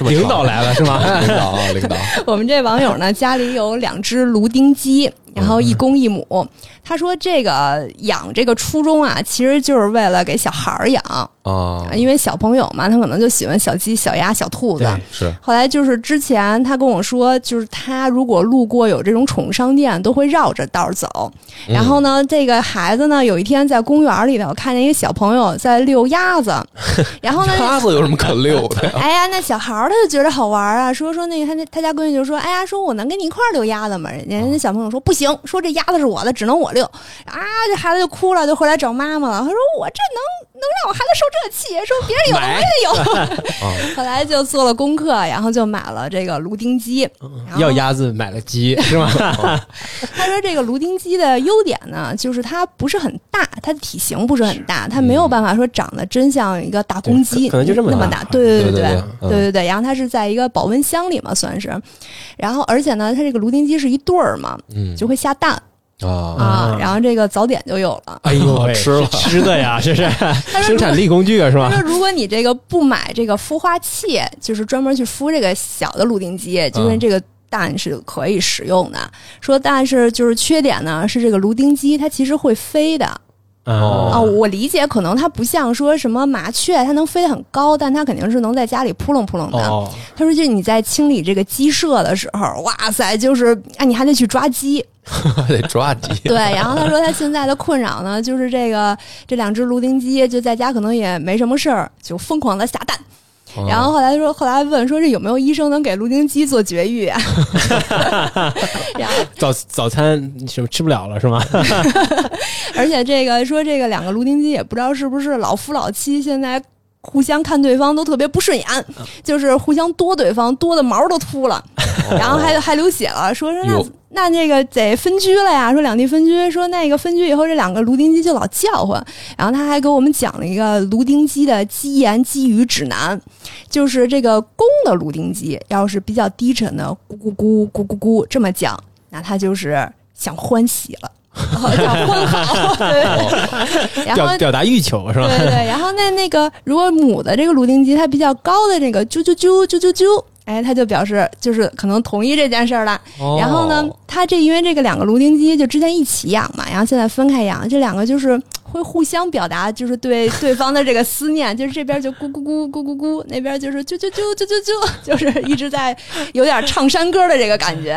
A: 长
B: 领导来了是吗？
A: 领导啊，领导，
B: 嗯
C: 我们这网友呢，家里有两只芦丁鸡，然后一公一母。他说这个养这个初衷啊，其实就是为了给小孩儿
B: 哦
C: 养，
A: 啊，
C: 因为小朋友嘛，他可能就喜欢小鸡、小鸭、小兔子
B: 对。
A: 是
C: 后来就是之前他跟我说，就是他如果路过有这种宠物商店，都会绕着道儿走。然后呢，这个孩子呢，有一天在公园里头看见一个小朋友在遛鸭子，然后呢，
A: 鸭子有什么可溜的呀？
C: 哎呀，那小孩儿他就觉得好玩儿啊，说说那个他那他家闺女就说，哎呀，说我能跟你一块儿遛鸭子吗？人家那小朋友说不行，说这鸭子是我的，只能我遛。啊，这孩子就哭了，就回来找妈妈了。他说我这能能让我孩子受这气，说别人有的我也得
A: 啊
C: 有。后来就做了功课，然后就买了这个芦丁鸡。然后
B: 嗯要鸭子买了 鸡是吗？
C: 他说这个芦丁鸡的优点呢，就是它不是很大，它的体型不是很大，它没有办法说长得真像一个大公
B: 嗯对
C: 鸡，
B: 可可能就这么
C: 那么
B: 大
C: 大。对
A: 对
C: 对
A: 对，
C: 对
A: 嗯
C: 对对，然后它是在一个保温箱里嘛，算是。然后，而且呢，它这个芦丁鸡是一对儿嘛，
A: 嗯
C: 就会下蛋
A: 啊，
C: 啊
B: 啊。
C: 然后这个早点就有了。
B: 哎呦喂，
A: 吃了
B: 吃 的呀，这是
C: 他说
B: 生
C: 如果
B: 产力工具啊，是
C: 他
B: 吧？
C: 说：“如果你这个不买这个孵化器，就是专门去孵这个小的芦丁鸡，
B: 嗯
C: 就是这个蛋是可以食用的。说但是就是缺点呢，是这个芦丁鸡它其实会飞的
B: 嗯
A: 哦
C: 啊。我理解，可能它不像说什么麻雀，它能飞得很高，但它肯定是能在家里扑棱扑棱的。
B: 哦，
C: 他说：“就是你在清理这个鸡舍的时候，哇塞，就是啊，你还得去抓鸡。
A: 得抓鸡
C: 对，然后他说他现在的困扰呢，就是这个这两只芦丁鸡就在家可能也没什么事儿，就疯狂的下蛋。然后后来说，后来问说这有没有医生能给芦丁鸡做绝育啊？ 然后
B: 早早餐什么吃不了了是吗？
C: 而且这个说这个两个芦丁鸡也不知道是不是老夫老妻，现在互相看对方都特别不顺眼，就是互相多对方多的毛都秃了，然后还还流血了，说是那
A: 哟
C: 那这个得分居了呀，说两地分居，说那个分居以后这两个芦丁鸡就老叫唤，然后他还给我们讲了一个芦丁鸡的鸡言鸡语指南，就是这个公的芦丁鸡要是比较低沉的咕咕咕咕咕咕这么讲，那它就是想欢喜了。哦想欢好， 对，然后
B: 表表达欲求是吧？
C: 对对，然后那那个如果母的这个芦丁鸡它比较高的这个啾啾啾啾啾啾，哎，它就表示就是可能同意这件事儿了。
A: 哦
C: 然后呢，它这因为这个两个芦丁鸡就之前一起养嘛，然后现在分开养，这两个就是会互相表达，就是对对方的这个思念，就是这边就咕咕咕咕咕咕，那边就是啾啾啾啾啾啾，就是一直在有点唱山歌的这个感觉。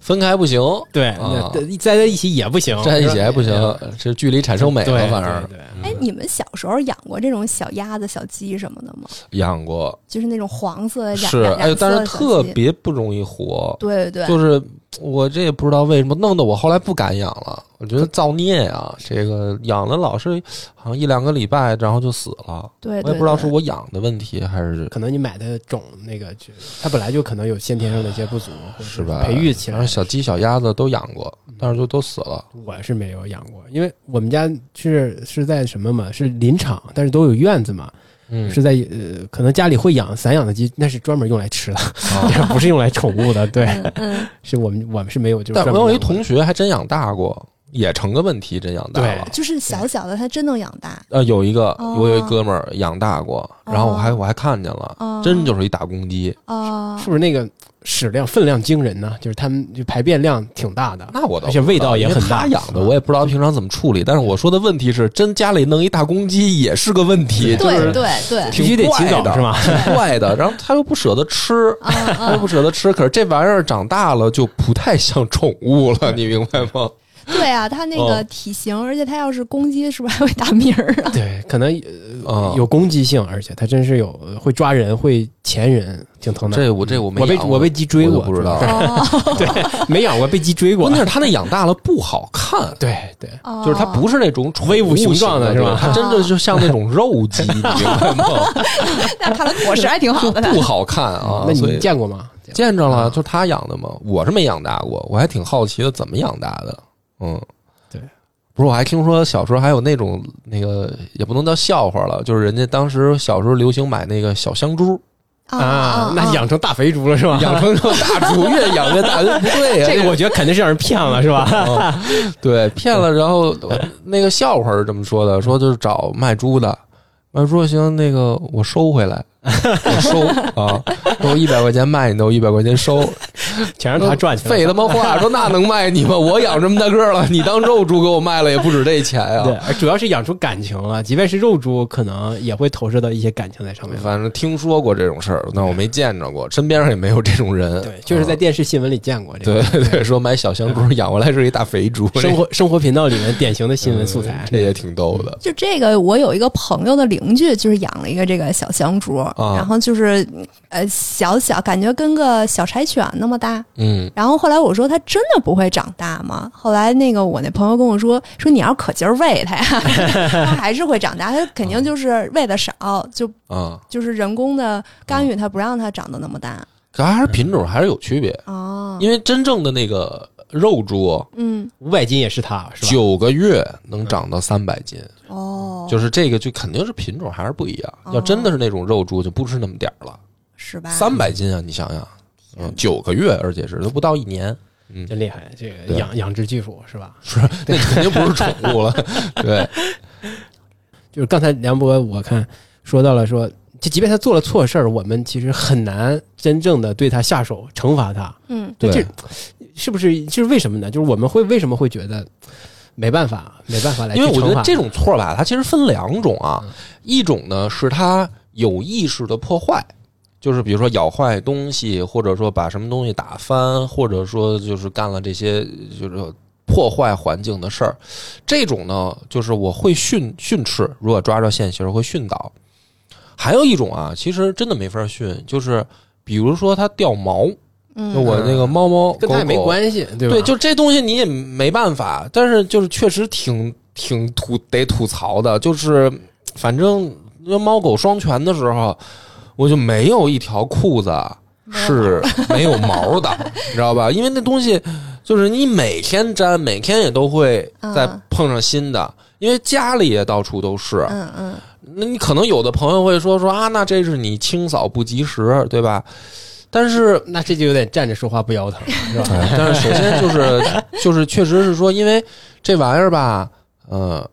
A: 分开不行，
B: 对，
A: 啊
B: 那在在一起也不行，
A: 站一起
B: 是吧
A: 还不行，这距离产生美
B: 对，
A: 了，反正
B: 对对
C: 哎，你们小时候养过这种小鸭子、小鸡什么的吗？
A: 养过
C: 就是那种黄色的染
A: 是，
C: 染
A: 哎
C: 色，
A: 但是
C: 的小
A: 特
C: 鸡
A: 别不容易活，
C: 对对对，
A: 就是我这也不知道为什么，弄得我后来不敢养了。我觉得造孽啊，这个养了老是好像一两个礼拜，然后就死了。
C: 对，
A: 我也
C: 对
A: 不知道
C: 对
A: 是我养的问题还是
B: 可能你买的种那个，就它本来就可能有先天上的一些不足，或者
A: 是吧？
B: 培育起
A: 然后
B: 来，
A: 小鸡、小鸭子都养过，但是就都死了。
B: 我是没有养过，因为我们家是是在什么嘛，是林场，但是都有院子嘛，
A: 嗯，
B: 是在呃，可能家里会养散养的鸡，那是专门用来吃的，
A: 啊
B: 不是用来宠物的。对，
C: 嗯嗯，
B: 是我们我们是没有，就是
A: 但
B: 专
A: 我
B: 门
A: 有一
B: 养过
A: 同
B: 的
A: 学还真养大过，也成个问题，真养大了
B: 对。
C: 就是小小的，它真能养大。
A: 呃，有一个
C: 哦
A: 我有一哥们儿养大过，然后我还我还看见了
C: 哦，
A: 真就是一大公鸡。
C: 哦
B: 是，不是那个屎量分量惊人呢？就是他们就排便量挺大的，
A: 那我倒
B: 而且
A: 不知
B: 味
A: 道
B: 道也
A: 因为
B: 很大
A: 他养的我也不知道平常怎么处理，但是我说的问题是，真家里弄一大公鸡也是个问题，就
C: 对
A: 是
C: 对对，
B: 必须得
A: 挺
B: 起
A: 怪
B: 早
A: 的
B: 是吧？
A: 挺怪 的。然后他又不舍得吃，
C: 啊
A: 他又
C: 啊，
A: 不舍得吃，可是这玩意儿长大了就不太像宠物了，你明白吗？
C: 对啊，它那个
A: 哦
C: 体型，而且它要是公鸡，是不是还会打鸣 儿啊？
B: 对，可能
A: 啊，
B: 呃有攻击性，而且它真是有呃会抓人，会钳人，挺疼的。
A: 这我这我没
B: 我被
A: 养过
B: 我被鸡追
A: 我就
B: 过，
A: 不知道
B: 对
C: 哦
B: 没养过，被鸡追过
A: 关。键是他那养 大了不好看。
B: 对对，
C: 哦，
A: 就是它不是那种宠
B: 威武雄
A: 型
B: 壮的
A: 的
B: 是吧
A: 对它真的就像那种肉 鸡，你明白吗？
C: 那看来果实还挺好
A: 就
C: 的。
A: 不好看啊。
B: 那
A: 所以
B: 你见过吗？
C: 哦
A: 见着
B: 啊
A: 了，就他养的嘛，我是没养大过，我还挺好奇的，怎么养大的？嗯，
B: 对，
A: 不是，我还听说小时候还有那种那个也不能叫笑话了，就是人家当时小时候流行买那个小香猪，
C: 哦
B: 啊，那养成大肥猪了是吧？
A: 养成这种大猪，越养越大， 不对呀、
B: 这个我觉啊得肯定是让人骗了是吧？
A: 嗯对骗了，然后呃那个笑话是这么说的，说就是找卖猪的，卖猪说行，那个我收回来，我收啊，我一百块钱卖你的，我一百块钱收，
B: 全让他赚去了。
A: 呃废他妈话，说那能卖你吗？我养这么大个儿了，你当肉猪给我卖了也不止这钱
B: 对
A: 啊。，
B: 而主要是养出感情了。即便是肉猪，可能也会投射到一些感情在上面。
A: 反正听说过这种事儿，但我没见着过，身边上也没有这种人。啊
B: 对，就是
A: 嗯
B: 在电视新闻里见过这
A: 对
B: 个。嗯
A: 对对，说买小香猪养回来是一大肥猪，
B: 生活生活频道里面典型的新闻素材啊
A: 嗯这。这也挺逗的。
C: 就这个，我有一个朋友的邻居，就是养了一个这个小香猪，
A: 啊
C: 然后就是呃小小，感觉跟个小柴犬那么大。
A: 嗯，
C: 然后后来我说它真的不会长大吗？后来那个我那朋友跟我说，说你要是可劲儿喂它呀， 它还是会长大，它肯定就是喂的少，就
A: 啊，
C: 就是人工的干预它，不让它长得那么大。
A: 可还是品种还是有区别，
C: 哦，
A: 因为真正的那个肉猪
C: 嗯，
B: 五百斤也是他，是吧？
A: 九个月能长到三百斤，
C: 哦，
A: 就是这个就肯定是品种还是不一样。
C: 哦
A: 要真的是那种肉猪，就不是那么点儿了，
C: 是吧？
A: 三百斤啊！你想想，嗯，九个月，而且是都不到一年，嗯，
B: 真厉害，这个
A: 对
B: 养养殖技术是吧？
A: 那肯定不是宠物了。对，
B: 就是刚才梁博，我看说到了说，就即便他做了错事儿，我们其实很难真正的对他下手惩罚他，
C: 嗯，
A: 对
B: 这是不是？就是为什么呢？就是我们会为什么会觉得没办法，没办法来去嗯
A: 因
B: 惩
A: 为
B: 罚？
A: 我觉得这种错吧，它其实分两种啊，一种呢是它有意识的破坏。就是比如说咬坏东西，或者说把什么东西打翻，或者说就是干了这些就是破坏环境的事儿，这种呢就是我会训训斥，如果抓着现行会训导。还有一种啊，其实真的没法训，就是比如说它掉毛，就
C: 嗯，
A: 我那个猫猫
B: 跟他也没
A: 狗狗啊
B: 关系，对吧？
A: 对，就这东西你也没办法，但是就是确实挺挺吐得吐槽的，就是反正猫狗双全的时候，我就没有一条裤子是没有毛的，你知道吧？因为那东西就是你每天粘，每天也都会再
C: 嗯
A: 碰上新的，因为家里也到处都是，
C: 嗯嗯，
A: 那你可能有的朋友会说说啊，那这是你清扫不及时，对吧？但是
B: 那这就有点站着说话不腰疼，是吧？
A: 哎 但是首先就是就是确实是说，因为这玩意儿吧，呃，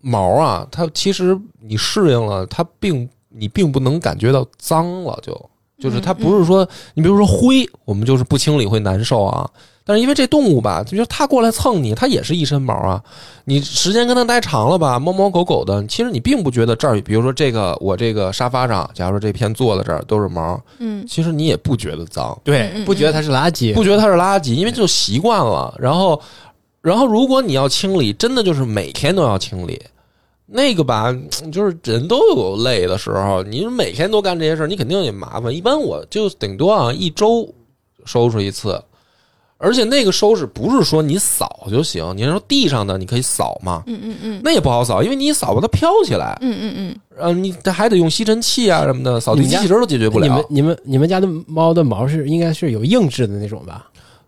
A: 毛啊，它其实你适应了，它并你并不能感觉到脏了就，就是它不是说你比如说灰，我们就是不清理会难受啊。但是因为这动物吧，就是它过来蹭你，它也是一身毛啊。你时间跟它待长了吧，猫猫狗狗的，其实你并不觉得这儿，比如说这个我这个沙发上，假如说这片坐的这儿都是毛，
C: 嗯
A: 其实你也不觉得脏。
B: 对
C: 嗯嗯
B: 不觉得它是垃圾，
A: 不觉得它是垃圾，因为就习惯了。然后，然后如果你要清理，真的就是每天都要清理。那个吧，就是人都有累的时候，你每天都干这些事儿，你肯定也麻烦。一般我就顶多啊一周收拾一次，而且那个收拾不是说你扫就行，你说地上的你可以扫嘛，
C: 嗯嗯嗯
A: 那也不好扫，因为你一扫把它飘起来，
C: 嗯嗯嗯，
A: 呃，你还得用吸尘器啊什么的，扫地
B: 你
A: 机
B: 家
A: 器人都解决不
B: 你们
A: 了，
B: 你们你们家的猫的毛是应该是有硬质的那种吧？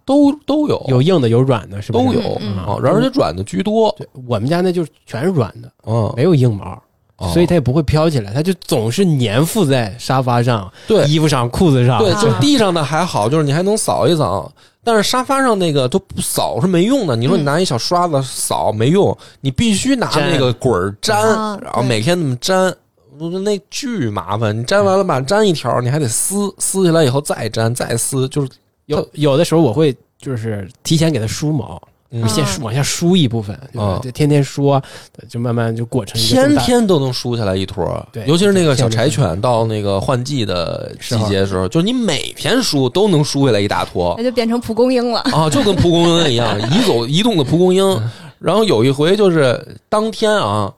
A: 都都有
B: 有硬的，有软的，是吧？
A: 哦都有
C: 嗯
A: 啊，而且软的居多，
B: 对，我们家那就是全是软的，
A: 嗯，
B: 没有硬毛，
A: 哦
B: 所以它也不会飘起来，它就总是粘附在沙发上、
A: 对
B: 衣服上、裤子上。
A: 对，就
C: 啊
A: 地上的还好，就是你还能扫一扫，但是沙发上那个都不扫是没用的。你说你
C: 嗯
A: 拿一小刷子扫没用，你必须拿
B: 粘
A: 那个滚儿粘，
C: 啊
A: 然后
C: 对
A: 每天那么粘。我说那巨麻烦，你粘完了吧，粘一条，你还得撕，撕起来以后再粘，再撕，就是
B: 有有的时候我会就是提前给它梳
C: 啊
B: 毛，
A: 嗯
B: 就先梳往下梳一部分，对吧
A: 啊
B: 就天天梳，就慢慢就裹成一个这
A: 天
B: 么大。
A: 天都能梳下来一坨。
B: 对
A: 尤其是那个小柴
B: 天
A: 犬到那个换季的季
B: 是啊
A: 节的时候，就是你每天梳都能梳下来一大坨。
C: 那就变成蒲公 英了。
A: 啊，就跟蒲公英一样，移走移动的蒲公英。然后有一回就是当天啊，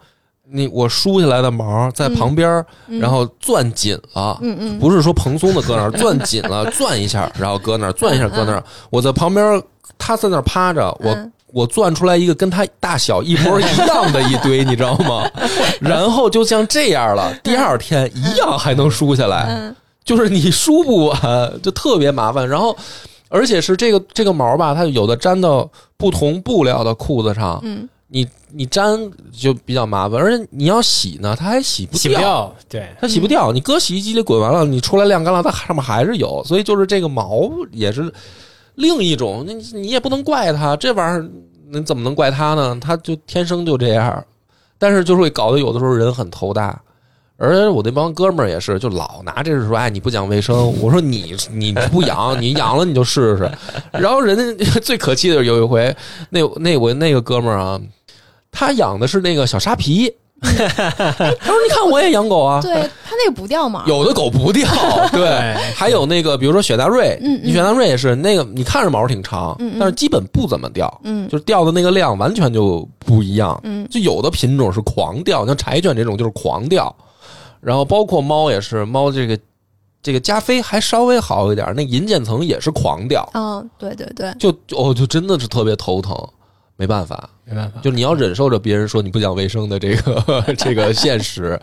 A: 那我梳下来的毛在旁边儿，然后攥紧了。
C: 嗯嗯，
A: 不是说蓬松的搁那儿，攥紧了，攥一下，然后搁那儿，攥一下搁那儿。我在旁边，它在那儿趴着，我
C: 嗯
A: 我攥出来一个跟它大小一模一样的一堆，你知道 吗？然后就像这样了，第二天一样还能梳下来。
C: 嗯
A: 就是你梳不完，就特别麻烦。然后，而且是这个这个毛吧，它有的粘到不同布料的裤子上，
C: 嗯，
A: 你你粘就比较麻烦。而且你要洗呢，它还洗不
B: 洗不掉，对，
A: 它洗不掉。你搁洗衣机里滚完了，你出来晾干了，它上面还是有。所以就是这个毛也是另一种，你你也不能怪它，这玩意儿你怎么能怪它呢？它就天生就这样。但是就是会搞得有的时候人很头大，而我那帮哥们儿也是，就老拿这事说，哎，你不讲卫生。我说你 你不养，你养了你就试试。然后人家最可气的是有一回， 那那我那个哥们儿啊，他养的是那个小沙皮。 他说：“你看我也养狗啊，
C: 对它那个不掉毛，
A: 有的狗不掉，对，还有那个，比如说雪纳瑞，
C: 嗯嗯
A: 你雪纳瑞也是那个，你看着毛挺长，
C: 嗯嗯
A: 但是基本不怎么掉，
C: 嗯
A: 就是掉的那个量完全就不一样。
C: 嗯
A: 就有的品种是狂掉，像柴犬这种就是狂掉，然后包括猫也是，猫这个这个加菲还稍微好一点，那银渐层也是狂掉，
C: 嗯，对对对，
A: 就哦就真的是特别头疼，没办法，
B: 没办法，
A: 就你要忍受着别人说你不讲卫生的这个 这个现实，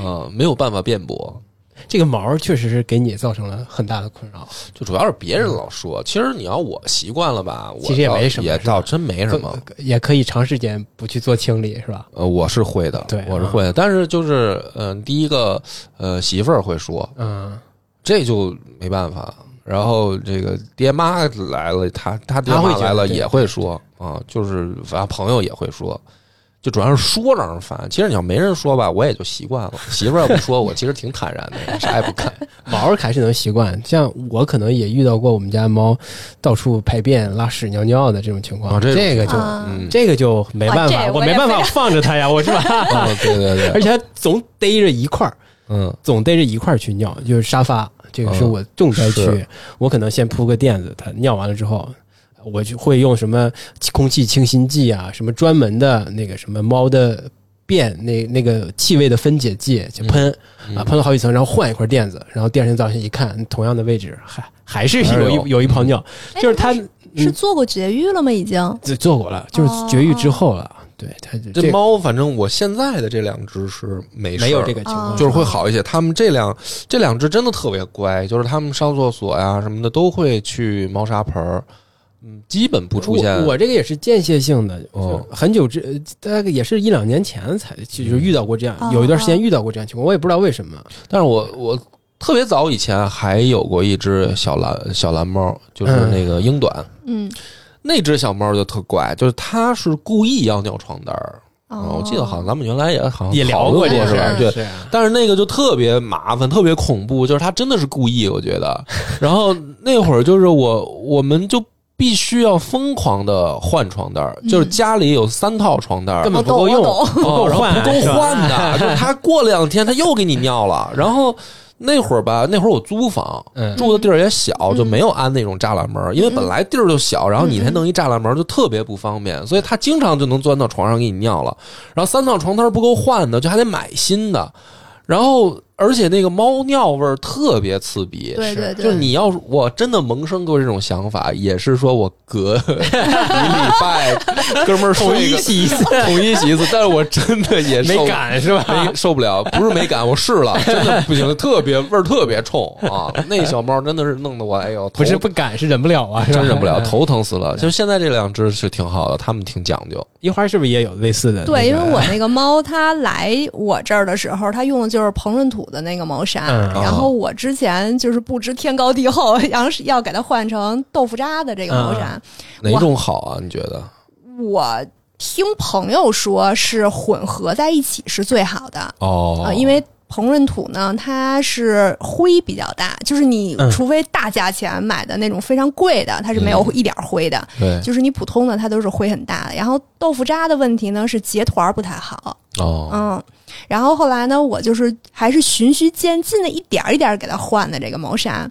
A: 嗯，没有办法辩驳。
B: 这个毛确实是给你造成了很大的困扰。
A: 就主要是别人老说，其实你要我习惯了吧，我
B: 其实也
A: 倒
B: 没什么
A: 也
B: 是吧
A: 倒真没什么。
B: 也可以长时间不去做清理，是吧？
A: 呃，我是会的，
B: 对嗯
A: 我是会的。但是就是，嗯、第一个，呃，媳妇儿会说，
B: 嗯，
A: 这就没办法。然后这个爹妈来了，他他爹
B: 他会
A: 妈
B: 觉得
A: 来了
B: 对
A: 也会说啊，就是反正朋友也会说，就主要是说让人烦。其实你要没人说吧，我也就习惯了。媳妇儿不说，我其实挺坦然的，啥也不 干。
B: 毛还是能习惯。像我可能也遇到过我们家猫到处排便、拉屎、尿尿的这种情况，
A: 啊这种
B: 这个就、
C: 啊，
A: 嗯，
B: 这个就没办
C: 哇
B: 法，
C: 这
B: 我
C: 我也
B: 没办法放着它呀，我是吧？
A: 啊对对
B: 而
A: 对，
B: 且它总逮着一块儿，
A: 嗯
B: 总逮着一块儿去尿，就是沙发，这个是
A: 哦
B: 我重灾区。
A: 是
B: 我可能先铺个垫子，它尿完了之后，我就会用什么空气清新剂啊，什么专门的那个什么猫的便那那个气味的分解剂去喷、
A: 嗯
B: 啊，喷了好几层，然后换一块垫子，然后第二天早上一看，同样的位置还还是
A: 还是
B: 有
A: 有嗯
B: 一有一泡尿，
C: 哎
B: 就是它
C: 是做过绝育了吗？已经
B: 就做过了，就是绝育之后了，对它就
A: 这猫，反正我现在的这两只是没事儿
B: 没有这个情
C: 啊
B: 况，
A: 就是会好一些。他们这两这两只真的特别乖，就是他们上厕所呀什么的都会去猫砂盆儿，嗯，基本不出现。
B: 我。我这个也是间歇性的，
A: 哦嗯
B: 就很久之，呃大概也是一两年前才就就遇到过这样，
C: 哦
B: 有一段时间遇到过这样情况，我也不知道为什么。
A: 但是我我特别早以前还有过一只小蓝小蓝猫，就是那个英短，
C: 嗯，
A: 那只小猫就特怪，就是它是故意要尿床单儿、啊
C: 哦，
A: 我记得好像咱们原来也好像讨
C: 过
A: 论
C: 这
A: 过
C: 个
A: 是
C: 事
A: 吧？
C: 儿
A: 对，
B: 对，
A: 但是那个就特别麻烦，特别恐怖，就是他真的是故意，我觉得。然后那会儿就是我，我们就必须要疯狂的换床单儿，
C: 嗯
A: 就是家里有三套床单儿，
B: 根
C: 我
B: 本不
C: 懂
B: 够
C: 我
B: 用，
C: 懂
B: 不够
A: 哦然后
B: 换，
A: 不够
B: 是吧
A: 换的，就是他过两天他又给你尿了。然后那会儿吧，那会儿我租房，
B: 嗯，
A: 住的地儿也小，
C: 嗯
A: 就没有安那种栅栏门儿，因为本来地儿就小，然后
B: 嗯
A: 你才弄一栅栏门儿就特别不方便，所以他经常就能钻到床上给你尿了。然后三套床单不够换的，就还得买新的。然后而且那个猫尿味儿特别刺鼻。
C: 对
B: 是
C: 对对，
A: 就你要是我真的萌生过这种想法，也是说我隔一礼拜， 哥们儿
B: 统
A: 睡
B: 一
A: 个
B: 洗一次，
A: 统一洗一次，但是我真的也受
B: 没敢是吧？
A: 没受不了，不是没敢，我试了，真 的不行，特别味儿特别冲啊！那小猫真的是弄得我，哎呦，头
B: 不是不敢，是忍不了啊，是吧
A: 真忍不了，
B: 嗯
A: 头疼死了。就现在这两只是挺好的，它们挺讲究，
B: 一花是不是也有类似的那个？
C: 对，因为我那个猫它来我这儿的时候，它用的就是膨润土的那个猫砂，
B: 嗯
C: 然后我之前就是不知天高地厚， 然后是要给它换成豆腐渣的这个猫砂，
A: 哪种好啊？你觉得？
C: 我听朋友说是混合在一起是最好的啊、
A: 哦
C: 呃，因为。膨润土呢，它是灰比较大，就是你
B: 嗯
C: 除非大价钱买的那种非常贵的，它是没有一点灰的，
A: 对
C: 就是你普通的它都是灰很大的。然后豆腐渣的问题呢是结团儿不太好，
A: 哦，
C: 嗯，然后后来呢，我就是还是循序渐进的一点儿一点儿给它换的这个 毛砂。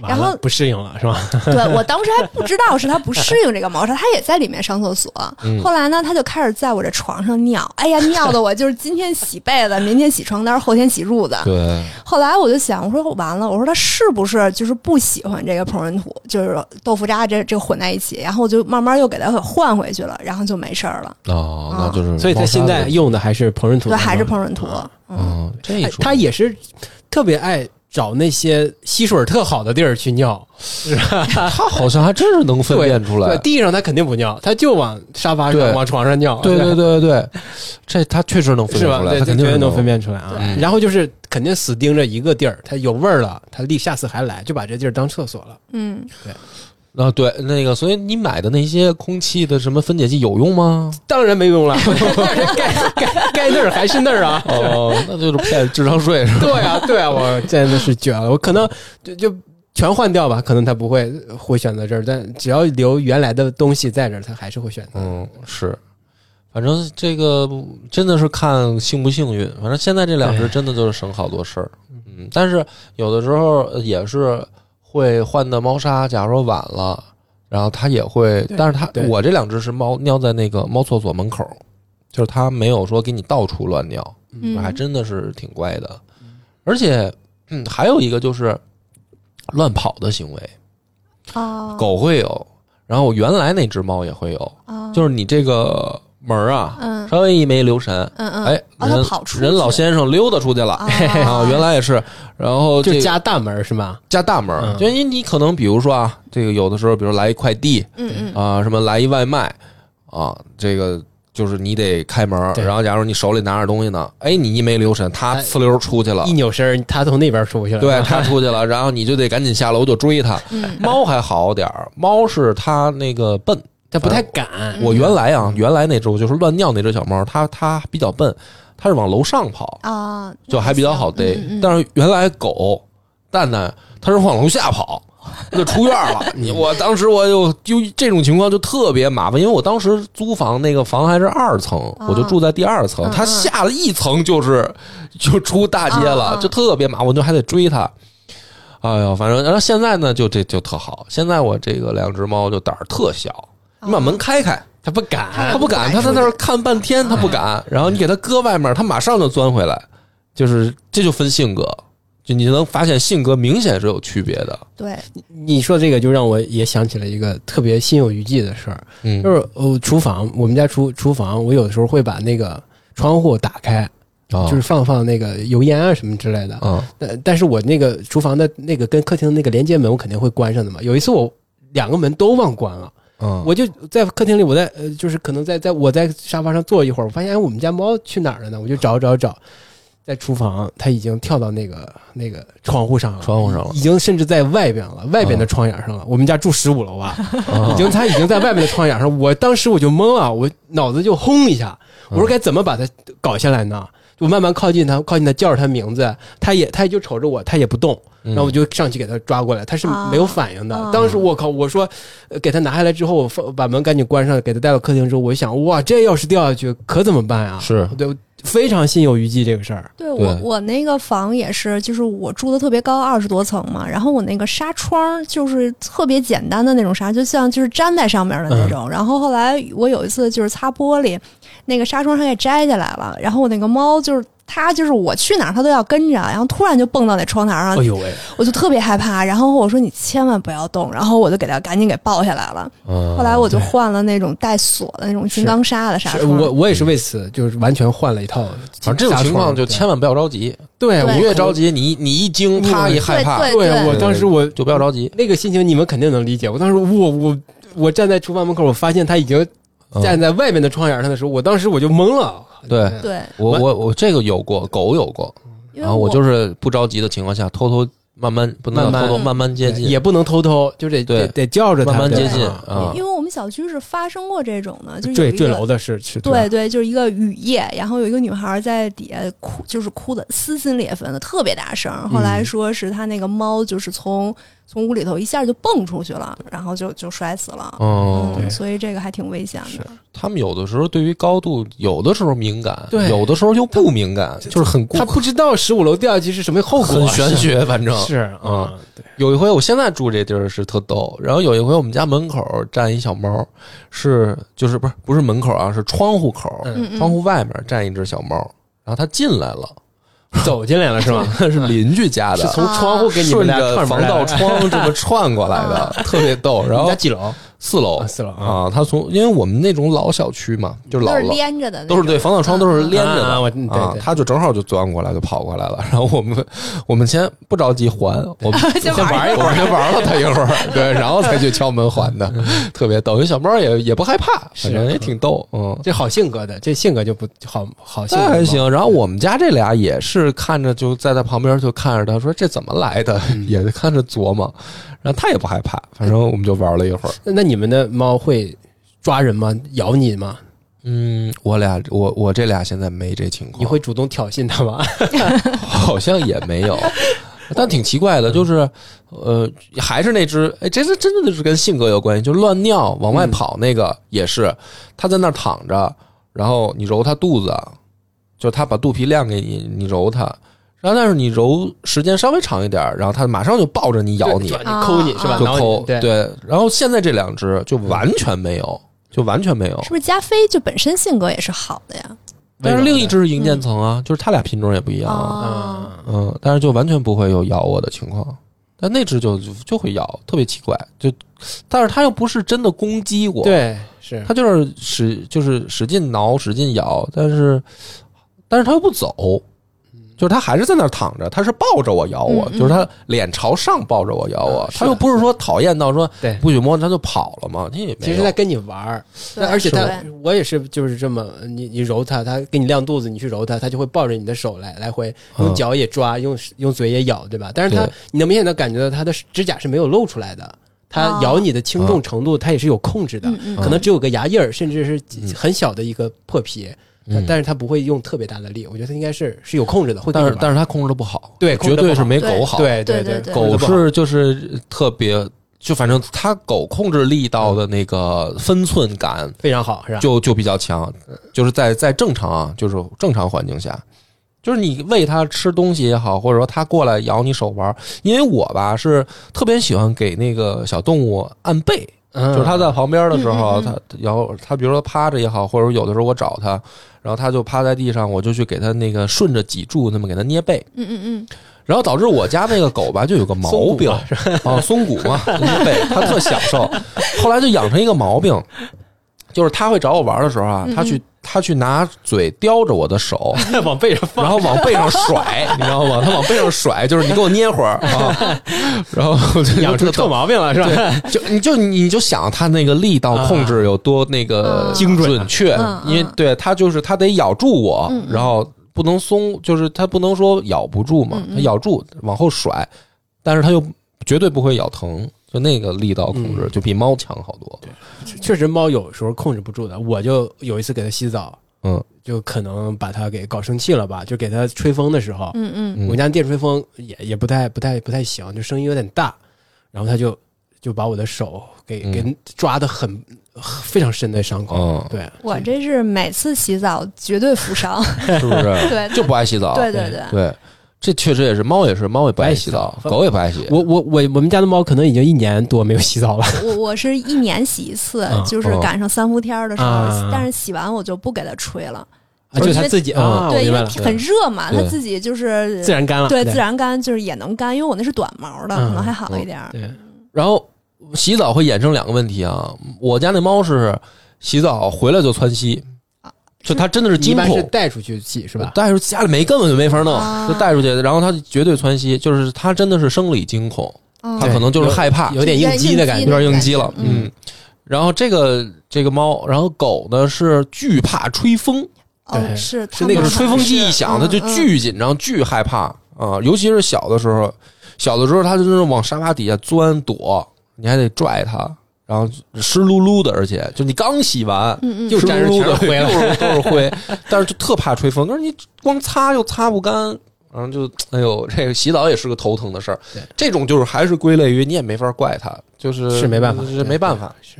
B: 完
C: 然
B: 了
C: 后
B: 不适应了是吧？
C: 对我当时还不知道是它不适应这个毛砂，它也在里面上厕所。
A: 嗯
C: 后来呢，它就开始在我这床上尿，哎呀，尿的我就是今天洗被子，明天洗床单，后天洗褥子。
A: 对，
C: 后来我就想，我说完了，我说它是不是就是不喜欢这个膨润土，就是豆腐渣这这混在一起？然后我就慢慢又给它换回去了，然后就没事儿了。嗯
A: 哦，那就是，
B: 所以它现在，用的还是膨润土
C: 对，
B: 的，
C: 还是膨润土。嗯，
A: 嗯，这一
B: 哎
A: 说，
B: 它也是特别爱找那些吸水特好的地儿去尿，
A: 它好像还真是能分
B: 对
A: 辨出来
B: 对，，地上它肯定不尿，它就往沙发
A: 对
B: 上、往床上尿。
A: 对对对对对，这它确实能嗯分
B: 是
A: 辨
B: 吧
A: 出？来，
B: 对，
A: 它肯定
B: 绝
A: 是
B: 对能分。辨出来啊。
A: 对
B: 然后就是肯定死盯着一个地儿，它有味儿了，它立下次还来，就把这地儿当厕所了。
C: 嗯，
A: 啊，对，那个，所以你买的那些空气的什么分解剂有用吗？
B: 当然没 用了，该该该那儿还是那儿啊。
A: 哦，那就是骗智商税是吧？
B: 对啊，对啊，我真的是绝了，我可能就就全换掉吧，可能他不会会选择这儿，但只要留原来的东西在这儿，他还是会选择。
A: 嗯，是，反正这个真的是看幸不幸运。反正现在这两只真的就是省好多事儿。嗯，但是有的时候呃也是会换的猫砂，假如说晚了，然后它也会，
C: 对
A: 但是它
B: 对
A: 我这两只是猫尿在那个猫厕所门口，就是它没有说给你到处乱尿。
C: 嗯
A: 还真的是挺乖的。而且，嗯，还有一个就是乱跑的行为，
C: 啊，
A: 狗会有，然后原来那只猫也会有，
C: 啊，
A: 就是你这个门儿啊，
C: 嗯
A: 稍微一没留神，
C: 嗯嗯，
A: 哎，
C: 哦
A: 人
C: 它跑出去
A: 人老先生溜达出去了
C: 啊
A: 啊，原来也是，然后哦这
B: 就
A: 个
B: 加大门儿是吗？
A: 加大门儿，
B: 嗯
A: 就你你可能比如说啊，这个有的时候，比如来一快递，
C: 嗯嗯，
A: 啊，什么来一外卖啊，这个就是你得开门儿，
B: 对
A: 然后假如你手里拿着东西呢，哎，你一没留神，它
B: 哎
A: 呲溜儿出去了
B: 一，扭身儿，他从那边出去了。
A: 哦对，它出去了，然后你就得赶紧下楼就追 它。
C: 嗯
A: 猫还好点儿，猫是它那个笨。
B: 他不太敢。
A: 我原来啊，原来那只我就是乱尿那只小猫，它它比较笨，它是往楼上跑，
C: 啊，
A: 就还比较好逮。
C: 嗯嗯嗯
A: 但是原来狗蛋蛋它是往楼下跑，就出院了。 你我当时我就就这种情况就特别麻烦，因为我当时租房那个房还是二层，
C: 啊
A: 我就住在第二层，
C: 嗯
A: 它下了一层就是 就出大街
C: 啊啊
A: 了，就特别麻烦，我就还得追它。哎呦，反正然后现在呢，就这就特好。现在我这个两只猫就胆儿特小，
C: 哦
A: 你把门开开，
B: 他不敢
A: 它，不敢，它在那儿看半天，它不
C: 嗯
A: 敢。然后你给它搁外面，它马上就钻回来。就是这就分性格，就你能发现性格明显是有区别的。
C: 对，
B: 你说这个就让我也想起了一个特别心有余悸的事儿，
A: 嗯
B: 就是呃，厨房，我们家厨厨房，我有的时候会把那个窗户打开，
A: 哦
B: 就是放放那个油烟啊什么之类的。
A: 啊
B: 但但是我那个厨房的那个跟客厅的那个连接门，我肯定会关上的嘛。有一次我两个门都忘关了，
A: 嗯，
B: 我就在客厅里，我在呃，就是可能在在我在沙发上坐一会儿，我发现哎我们家猫去哪儿了呢？我就找找找，在厨房，它已经跳到那个那个窗户上了，
A: 窗户上了嗯
B: 已经甚至在外边了，外边的窗沿上了。我们家住十五楼 啊，
A: 啊
B: 已经它已经在外边的窗沿上，我当时我就懵了，我脑子就轰一下，我
A: 嗯
B: 说该怎么把它搞下来呢？我慢慢靠近它，靠近它，叫着它名字，它也它也就瞅着我，它也不动。
A: 嗯
B: 然后我就上去给他抓过来，他是
C: 啊
B: 没有反应的。
C: 啊
B: 当时我靠，我说呃给他拿下来之后，我放把门赶紧关上，给他带到客厅之后，我想哇，这要是掉下去可怎么办啊？
A: 是
B: 对，我非常心有余悸这个事儿。
C: 对我
A: 对
C: 我那个房也是，就是我住的特别高，二十多层嘛，然后我那个纱窗就是特别简单的那种纱，就像就是粘在上面的
A: 嗯
C: 那种。然后后来我有一次就是擦玻璃，那个纱窗还给摘下来了，然后我那个猫就是。它就是我去哪儿它都要跟着，然后突然就蹦到那窗台上，
B: 哎呦喂，
C: 我就特别害怕。然后我说你千万不要动，然后我就给它赶紧给抱下来了。后
A: 后
C: 来我就
B: 对
C: 换了那种带锁的那种金刚纱的纱
B: 是
C: 窗。
B: 我我也是为此就是完全换了一套。
A: 反正这种情况就
B: 对
A: 千万不要着急，
B: 对，
C: 对
B: 我
A: 你越着急，你你一惊，它一害怕，
C: 对
B: 对我当时我
A: 就不要着急。
B: 那个心情，你们肯定能理解。我当时我我我站在厨房门口，我发现他已经
A: 嗯
B: 站在外面的窗沿上的时候，我当时我就懵了。
A: 对
C: 对，
A: 我我我这个有过，狗有过，
C: 因为
A: 然后啊我就是不着急的情况下，偷偷慢慢不能
B: 慢慢
A: 偷偷慢慢接近，嗯
B: 也不能偷偷，就得
A: 对
B: 得得叫着他
A: 慢慢
B: 对
A: 接近
B: 吧
A: 啊
C: 因。为我们小区是发生过这种的，就是有
B: 坠
C: 一个
B: 坠楼的是
A: 啊
B: 是
C: 对对，就是一个雨夜，然后有一个女孩在底下哭，就是哭的撕心裂肺的，特别大声。后
A: 嗯
C: 来说是她那个猫，就是从、从屋里头一下就蹦出去了，然后就就摔死了。
A: 哦，
B: 对
C: 嗯，所以这个还挺危险的。
A: 他们有的时候对于高度，有的时候敏感，
B: 对
A: 有的时候又不敏感，就是很
B: 他不知道十五楼掉下去是什么后果，
A: 很玄 学。反正
B: 是啊，对，
A: 有一回，我现在住这地儿是特逗。然后有一回，我们家门口站一小猫，是就是不是不是门口啊，是窗户口，
B: 嗯
C: 嗯嗯，
A: 窗户外面站一只小猫，然后它进来了，
B: 走进来了是吗？
A: 是邻居家
B: 是
A: 的。
B: 从窗户给你们
A: 顺
B: 俩
A: 着
B: 串门
A: 防
B: 来的
A: 盗窗这么串过来的， 特别逗。然
B: 你
A: 后
B: 家几楼？
A: 四楼
B: 啊四楼啊，
A: 哦啊，它从因为我们那种老小区嘛，就是老
C: 都是
A: 楼，
C: 连着的那种，
A: 都是对防盗窗都是连着
B: 啊
A: 的，
B: 我对
A: 啊
B: 对，
A: 他就正好就钻过来，就跑过来了。 然后我们我们先不着急还，我们
C: 先
A: 玩
C: 玩一
A: 会儿，先玩了他一会儿，对，然后才去敲门还 的，特别逗。因为小猫也也不害怕，
B: 是
A: 反正也挺逗，嗯。
B: 这好性格的，这性格就不好好性
A: 那
B: 格
A: 还。行，然后我们家这俩嗯 也是看着就在他旁边就看着他说这怎么来的，也看着琢磨，然后它也不害怕，反正我们就玩了一会儿。
B: 那那你们的猫会抓人吗？咬你吗？
A: 嗯，我俩我我这俩现在没这情况，
B: 你会主动挑衅它吗？
A: 好像也没有， 但挺奇怪的，就是呃，还是那只，哎，这是真的是跟性格有关系，就乱尿往外跑那个也是，它在那儿躺着，然后你揉它肚子，就它把肚皮亮给你，你揉它。然后，但是你揉时间稍微长一点，然后它马上就抱着你 咬你，
B: 抓
A: 就
B: 你抠你是吧？
C: 啊
B: 挠你
A: 抠。
B: 对，
A: 然后现在这两只就完全没有，就完全没有
C: 是。不是加菲就本身性格也是好的呀？
A: 但是另一
B: 温柔
A: 只是银渐层啊，就是它俩品种也不一样啊。
B: 的
C: 哦，
B: 嗯
A: 嗯，但是就完全不会有咬我的情况。但那只就就就会咬，特别奇怪。就，但是它又不是真的攻击我，，
B: 对是
A: 它就是使就是使劲挠，使劲咬，但是但是它又不走，就是它还是在那儿躺着，它是抱着我咬我，
C: 嗯嗯
A: 就是它脸朝上抱着我咬我
B: 嗯，是
A: 它又不是说讨厌到说
B: 对
A: 不许摸，它就跑了嘛，你也没
B: 其
A: 有
B: 实在跟你玩儿，
C: 对
B: 那而且
C: 是
B: 它
C: 的
B: 我也是就是这么，你你揉它，它给你亮肚子，你去揉它，它就会抱着你的手来来回用
A: 嗯
B: 脚也抓，用用嘴也咬，对吧？但是它
A: 对
B: 你能明显的感觉到它的指甲是没有露出来的，它
C: 哦
B: 咬你的轻
A: 嗯
B: 重程度它也是有控制的，
C: 嗯嗯，
B: 可能只有个牙印儿，甚至是几
A: 嗯
B: 很小的一个破皮，
A: 嗯
B: 但是它不会用特别大的力。我觉得它应该是是有控制的，会跟
A: 但
B: 你
A: 是但
B: 玩
A: 是它控制的不好，
B: 对控
A: 绝
B: 制得
A: 对
B: 不
A: 是
B: 好
A: 没
C: 对
A: 狗好，
B: 对
C: 对
B: 对
C: 对
A: 狗
B: 控制得不好
A: 是就是特别，就反正它狗控制力道的那个分寸感
B: 非常好，是吧？啊
A: 就就比较强，就是在在正常啊，就是正常环境下，就是你喂它吃东西也好，或者说它过来咬你手玩儿，因为我吧是特别喜欢给那个小动物按背，
B: 嗯
A: 就是它在旁边的时候，
C: 嗯嗯
A: 它然后它比如说趴着也好，或者有的时候我找它，然后它就趴在地上，我就去给它那个顺着脊柱那么给它捏背。
C: 嗯嗯
A: 然后导致我家那个狗吧，就有个毛病啊， 松骨嘛，捏背，它特享受。后来就养成一个毛病，就是它会找我玩的时候啊，它去它去拿嘴叼着我的手，
B: 往背 上
A: 然后往背上甩，你知道吗？它往背上甩，就是你给我捏会儿啊。然后我就
B: 养出
A: 特
B: 臭毛病了，是吧？
A: 对，就你就你就想它那个力道控制有多那个
C: 啊
B: 精准
A: 啊准确
C: 嗯，嗯
A: 因为对它就是它得咬住我
C: 嗯，嗯
A: 然后不能松，就是它不能说咬不住嘛
C: 嗯，嗯
A: 它咬住往后甩，但是它又绝对不会咬疼，就那个力道控制就比猫强好多。
B: 确实，猫有时候控制不住的。我就有一次给它洗澡，
A: 嗯，
B: 就可能把它给搞生气了吧，就给它吹风的时候，
C: 嗯嗯
A: 嗯
B: 我家电吹风也也不太不太不太行，就声音有点大，然后它就就把我的手给给抓的很非常深的伤口，
A: 嗯
B: 对，
C: 我这是每次洗澡绝对 负伤，
A: 是不 是？
C: 对
A: 就不爱洗澡。
C: 对对对，
A: 对这确实也是，猫也是，猫也不爱洗澡，
B: 不爱洗澡
A: 狗也不爱洗。
B: 我我我我们家的猫可能已经一年多没有洗澡了，
C: 我我是一年洗一次
B: 嗯，
C: 就是赶上三伏天儿的时
B: 嗯
C: 候，但是洗完我就不给它吹了，
B: 啊就它自己啊，我
C: 对，
B: 明
C: 因
B: 白
C: 为
B: 了，
C: 很热嘛，它
A: 对
C: 自己就是
B: 自然干了，
C: 对自然干就是也能干，因为我那是短毛的，
B: 嗯
C: 可能还好一点儿。
B: 对，
A: 然后洗澡会衍生两个问题啊，我家那猫是洗澡回来就窜稀
C: 啊，
A: 就它真的是
B: 一
A: 金
B: 般
A: 铺
B: 是。带出去洗是吧？
A: 带出家里没根本就没法弄，
C: 啊
A: 就带出去，然后它绝对窜稀，就是它真的是生理惊恐，
C: 嗯
A: 它可能就是害怕，
B: 有点应激的感
A: 有
B: 觉，
A: 点应激了，
C: 嗯
A: 嗯。然后这个这个猫，然后狗呢是惧怕吹风，
C: 哦
B: 对
C: 是它
A: 是那个
C: 们
A: 吹风机
C: 是
A: 一响，它
C: 嗯
A: 就
C: 嗯
A: 巨紧张、巨害怕啊！尤其是小的时候，小的时候它就是往沙发底下钻躲，你还得拽它，然后湿漉湿的，而且就你刚洗完，
C: 嗯嗯
B: 就
A: 湿
B: 沾着
A: 漉漉的
B: 全是灰了
A: 都是都是灰，但是就特怕吹风，但是你光擦又擦不干，然后就哎呦，这个洗澡也是个头疼的事儿
B: 对。
A: 这种就是还是归类于你也没法怪它，就是
B: 是没办法
A: 是没办法。
B: 是，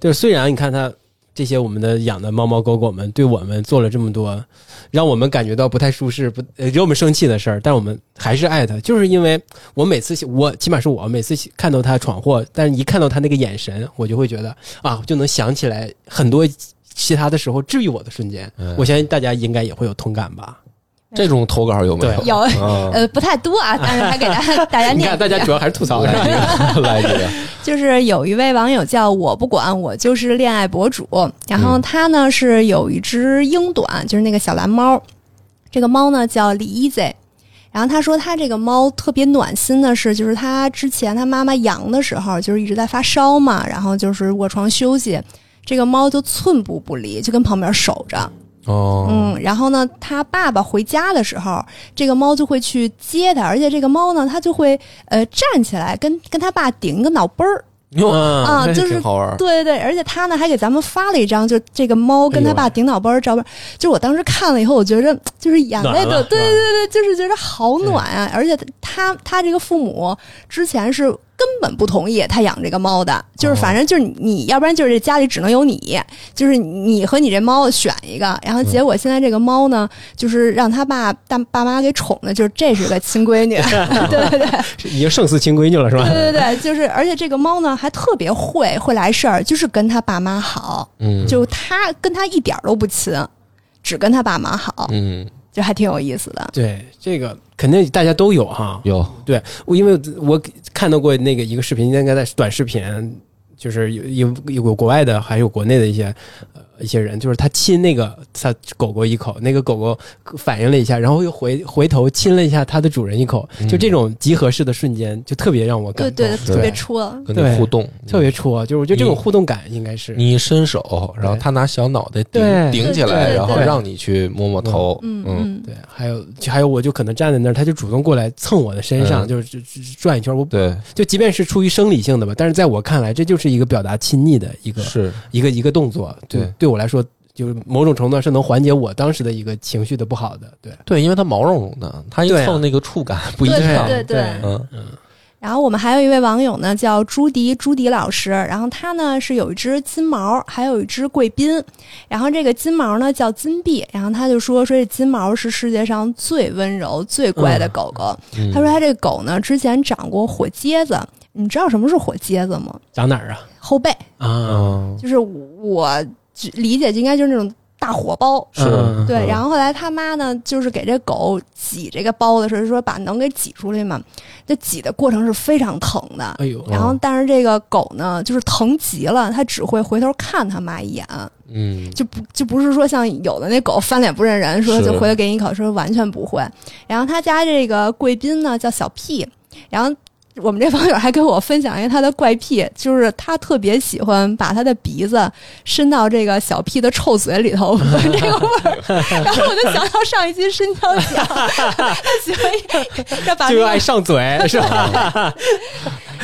B: 就是虽然你看它这些我们的养的猫猫狗狗们对我们做了这么多，让我们感觉到不太舒适、不呃惹我们生气的事儿，但我们还是爱它，就是因为我每次我起码是我每次看到它闯祸，但是一看到它那个眼神，我就会觉得啊，就能想起来很多其他的时候治愈我的瞬间。
A: 嗯
B: 我相信大家应该也会有同感吧？
A: 这种投稿有没有？
B: 对
C: 有
A: 啊
C: 呃不太多啊，但是还给大家大家
B: 你
C: 念
B: 看，
C: 一遍。
B: 大家主要还是吐 槽，是吧？
A: 来一个，
C: 就是有一位网友叫我不管，我就是恋爱博主。然后他呢是有一只英短，就是那个小蓝猫，这个猫呢叫李一 Z。然后他说他这个猫特别暖心的是，就是他之前他妈妈阳的时候，就是一直在发烧嘛，然后就是卧床休息，这个猫就寸步不离，就跟旁边守着。
A: 哦，
C: 嗯，然后呢，他爸爸回家的时候，这个猫就会去接他，而且这个猫呢，它就会呃站起来跟跟他爸顶个脑崩儿。
A: 哟
B: 啊
C: 啊
A: 这
C: 就是
A: 挺好玩儿。
C: 对对对，而且他呢还给咱们发了一张，就这个猫跟他
B: 哎
C: 爸
B: 呦
C: 顶脑包的照片。就是我当时看了以后，我觉着就是眼泪
B: 暖
C: 都
B: 了嗯
C: 对
B: 是
C: 对
B: 吧
C: 对，就是觉得好暖啊！而且他他这个父母之前是根本不同意他养这个猫的，就是
A: 哦
C: 反正就是你要不然就是这家里只能有你，就是你和你这猫选一个。然后结果现在这个猫呢，就是让他爸大爸妈给宠的，就是这是个亲闺 女。
B: 已经胜似亲闺女了是吧？
C: 对对对，就是而且这个猫呢还特别会会来事儿，就是跟他爸妈好。
A: 嗯，
C: 就他跟他一点儿都不亲，只跟他爸妈好，
A: 嗯
C: 就还挺有意思的。
B: 对，这个肯定大家都有哈。
A: 有
B: 我因为我看到过那个一个视频，应该在短视频，就是有有有国外的，还有国内的一些呃一些人，就是他亲那个他狗狗一口，那个狗狗反应了一下，然后又回回头亲了一下它的主人一口，就这种集合式的瞬间，就特别让我感
C: 对
B: 动，
C: 对，
A: 对
C: 特别戳。
A: 跟你
B: 对
A: 互动，嗯
B: 特别戳，就是我觉得这种互动感应该是
A: 你一伸手，然后
B: 对
A: 他拿小脑袋顶
B: 对
A: 顶起
C: 对
A: 来，
C: 对
A: 然后
B: 对
A: 让你去摸摸头。
C: 嗯
A: 嗯，
C: 嗯，
B: 对，还有就还有我就可能站在那儿，他就主动过来蹭我的身上，
A: 嗯
B: 就是就是转一圈，我
A: 对，
B: 就即便是出于生理性的吧，但是在我看来，这就是一个表达亲昵的一个
A: 是
B: 一个一个动作，就
A: 对
B: 对我来说，就是某种程度上是能缓解我当时的一个情绪的不好的，对，
A: 对，因为它毛茸茸的，它一
B: 对啊
A: 蹭那个触感不一
C: 对
A: 样。
C: 对对
A: 嗯
C: 然后我们还有一位网友呢，叫朱迪朱迪老师，然后他呢是有一只金毛，还有一只贵宾，然后这个金毛呢叫金币，然后他就说说这金毛是世界上最温柔、最乖的狗狗。
A: 嗯，
C: 他说他这狗呢之前长过火疖子，你知道什么是火疖子吗？
B: 长哪儿啊？
C: 后背，
B: 啊，
A: 嗯，
C: 就是我只理解就应该就是那种大火包，
A: 是
B: 嗯
C: 对，
A: 嗯
C: 然后后来他妈呢，就是给这狗挤这个包的时候，就说把能给挤出来嘛。这挤的过程是非常疼的。
B: 哎呦，
A: 嗯
C: 然后，但是这个狗呢，就是疼极了，它只会回头看它妈一眼，
A: 嗯，
C: 就不就不是说像有的那狗翻脸不认人，说
A: 是
C: 就回头给你一口，说完全不会。然后他家这个贵宾呢叫小屁，然后我们这网友还跟我分享一个他的怪癖，就是他特别喜欢把他的鼻子伸到这个小屁的臭嘴里头 闻这个味儿，然后我就想到上一期深交讲， 他喜欢要把那
B: 就
C: 个
B: 爱上嘴 是吧？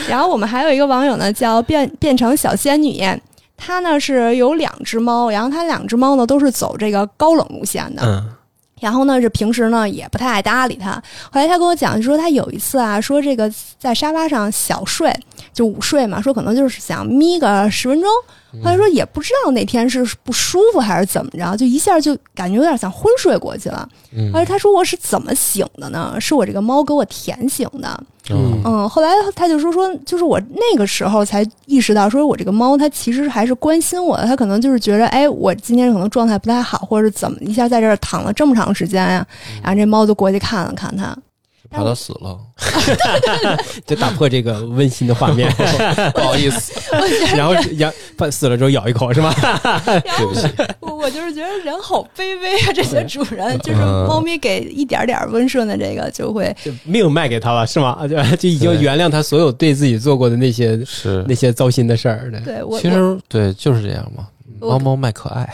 C: 然后我们还有一个网友呢，叫变变成小仙女，她呢是有两只猫，然后她两只猫呢都是走这个高冷路线的，
B: 嗯，
C: 然后呢是平时呢也不太爱搭理她。后来她跟我讲说，她有一次啊，说这个在沙发上小睡，就午睡嘛，说可能就是想眯个十分钟。后来说也不知道那天是不舒服还是怎么着，就一下就感觉有点想昏睡过去了。
A: 嗯
C: 后来她说我是怎么醒的呢？是我这个猫给我舔醒的。
A: 嗯
C: 嗯，后来他就说说，就是我那个时候才意识到，说我这个猫它其实还是关心我的，它可能就是觉得，哎，我今天可能状态不太好，或者是怎么一下在这儿躺了这么长时间呀、然后这猫就过去看了看它，
A: 怕它死了，
B: 就打破这个温馨的画面，
A: 不好意思，
B: 然后咬把死了之后咬一口是吧？
C: 然后
A: 对不起，
C: 我我就是觉得人好卑微啊，这些主人就是
A: 嗯
C: 猫咪给一点点温顺的这个就会，
B: 就命卖给他了是吗？ 就就已经
A: 对
B: 原谅他所有对自己做过的那些
A: 是
B: 那。些糟心的事儿的。
C: 对我
A: 其
C: 我
A: 实对，就是这样嘛。
C: 我
A: 猫猫卖可爱，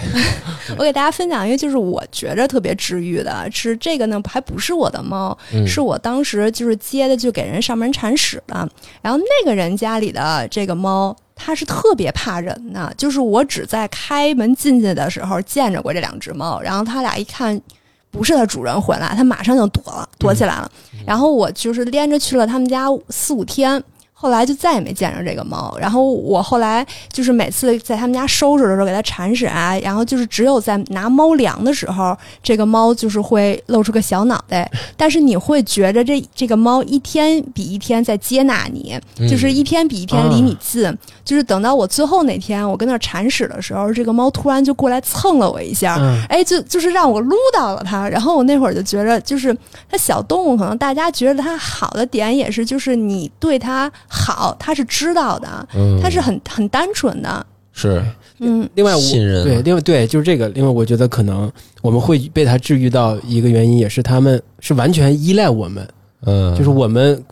C: 我给大家分享一个，就是我觉着特别治愈的，啊是这个呢，还不是我的猫，
A: 嗯
C: 是我当时就是接的，就给人上门铲屎了。然后那个人家里的这个猫，它是特别怕人的，就是我只在开门进去的时候见着过这两只猫，然后它俩一看。不是它主人回来，它马上就躲了，躲起来了。然后我就是连着去了他们家四五天，后来就再也没见着这个猫。然后我后来就是每次在他们家收拾的时候给它铲屎啊，然后就是只有在拿猫粮的时候，这个猫就是会露出个小脑袋，但是你会觉着这这个猫一天比一天在接纳你，
A: 嗯
C: 就是一天比一天离你近。就是等到我最后那天我跟那儿铲屎的时候，这个猫突然就过来蹭了我一下，
B: 嗯
C: 哎，就就是让我撸到了它。然后我那会儿就觉着，就是它小动物，可能大家觉得它好的点也是，就是你对它好，它是知道的，
A: 嗯
C: 它是很很单纯的。
A: 是
C: 嗯，
B: 另外我
A: 信任啊
B: 对，另外对，就是这个。另外，我觉得可能我们会被他治愈到一个原因，也是他们是完全依赖我们，
A: 嗯，
B: 就是我们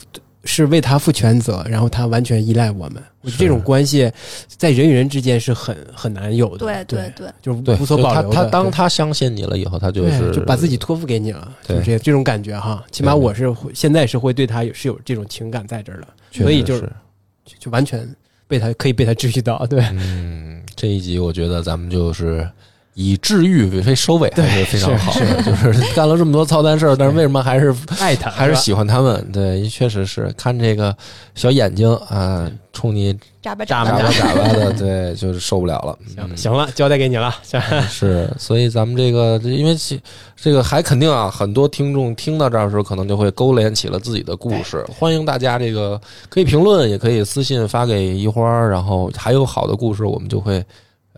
B: 是为他负全责，然后他完全依赖我们。我觉得这种关系在人与人之间是很很难有的，
C: 对
B: 对，
C: 对，
B: 就是
A: 对，
B: 无所保留
A: 就
B: 的。
A: 他他当
B: 对
A: 他相信你了以后，他就
B: 对
A: 是
B: 就把自己托付给你了，
A: 对
B: 就是这这种感觉哈。起码
A: 对
B: 我是会现在是会对他有是有这种情感在这儿的，
A: 确实
B: 所以就是就就完全被他可以被他治愈到。对，
A: 嗯，这一集我觉得咱们就是以治愈为收尾，还是非常好的。就是干了这么多操蛋事儿，但是为什么还是
B: 爱他
A: 还是
B: 吧
A: 喜欢他们？对，确实是看这个小眼睛啊，冲你
C: 眨巴
A: 眨
C: 巴
A: 巴眨巴的，对，就是受不了了。嗯
B: 行行了，交代给你了。行
A: 是，所以咱们这个，因为其这个还肯定啊，很多听众听到这儿的时候，可能就会勾连起了自己的故事。欢迎大家这个可以评论，也可以私信发给一花儿，然后还有好的故事，我们就会。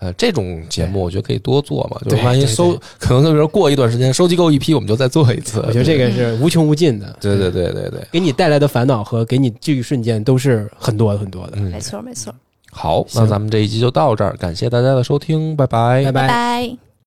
A: 呃，这种节目我觉得可以多做嘛，就
B: 对
A: 万一
B: 对
A: 收，可能就比如过一段时间收集够一批，我们就再做一次。
B: 我觉得这个是无穷无尽的，
A: 对，对对对对，
B: 给你带来的烦恼和给你治愈瞬间都是很多很多的。
A: 嗯
C: 没，错没错，
A: 好，那
B: 行
A: 咱们这一集就到这儿，感谢大家的收听，拜拜，
B: 拜
C: 拜拜。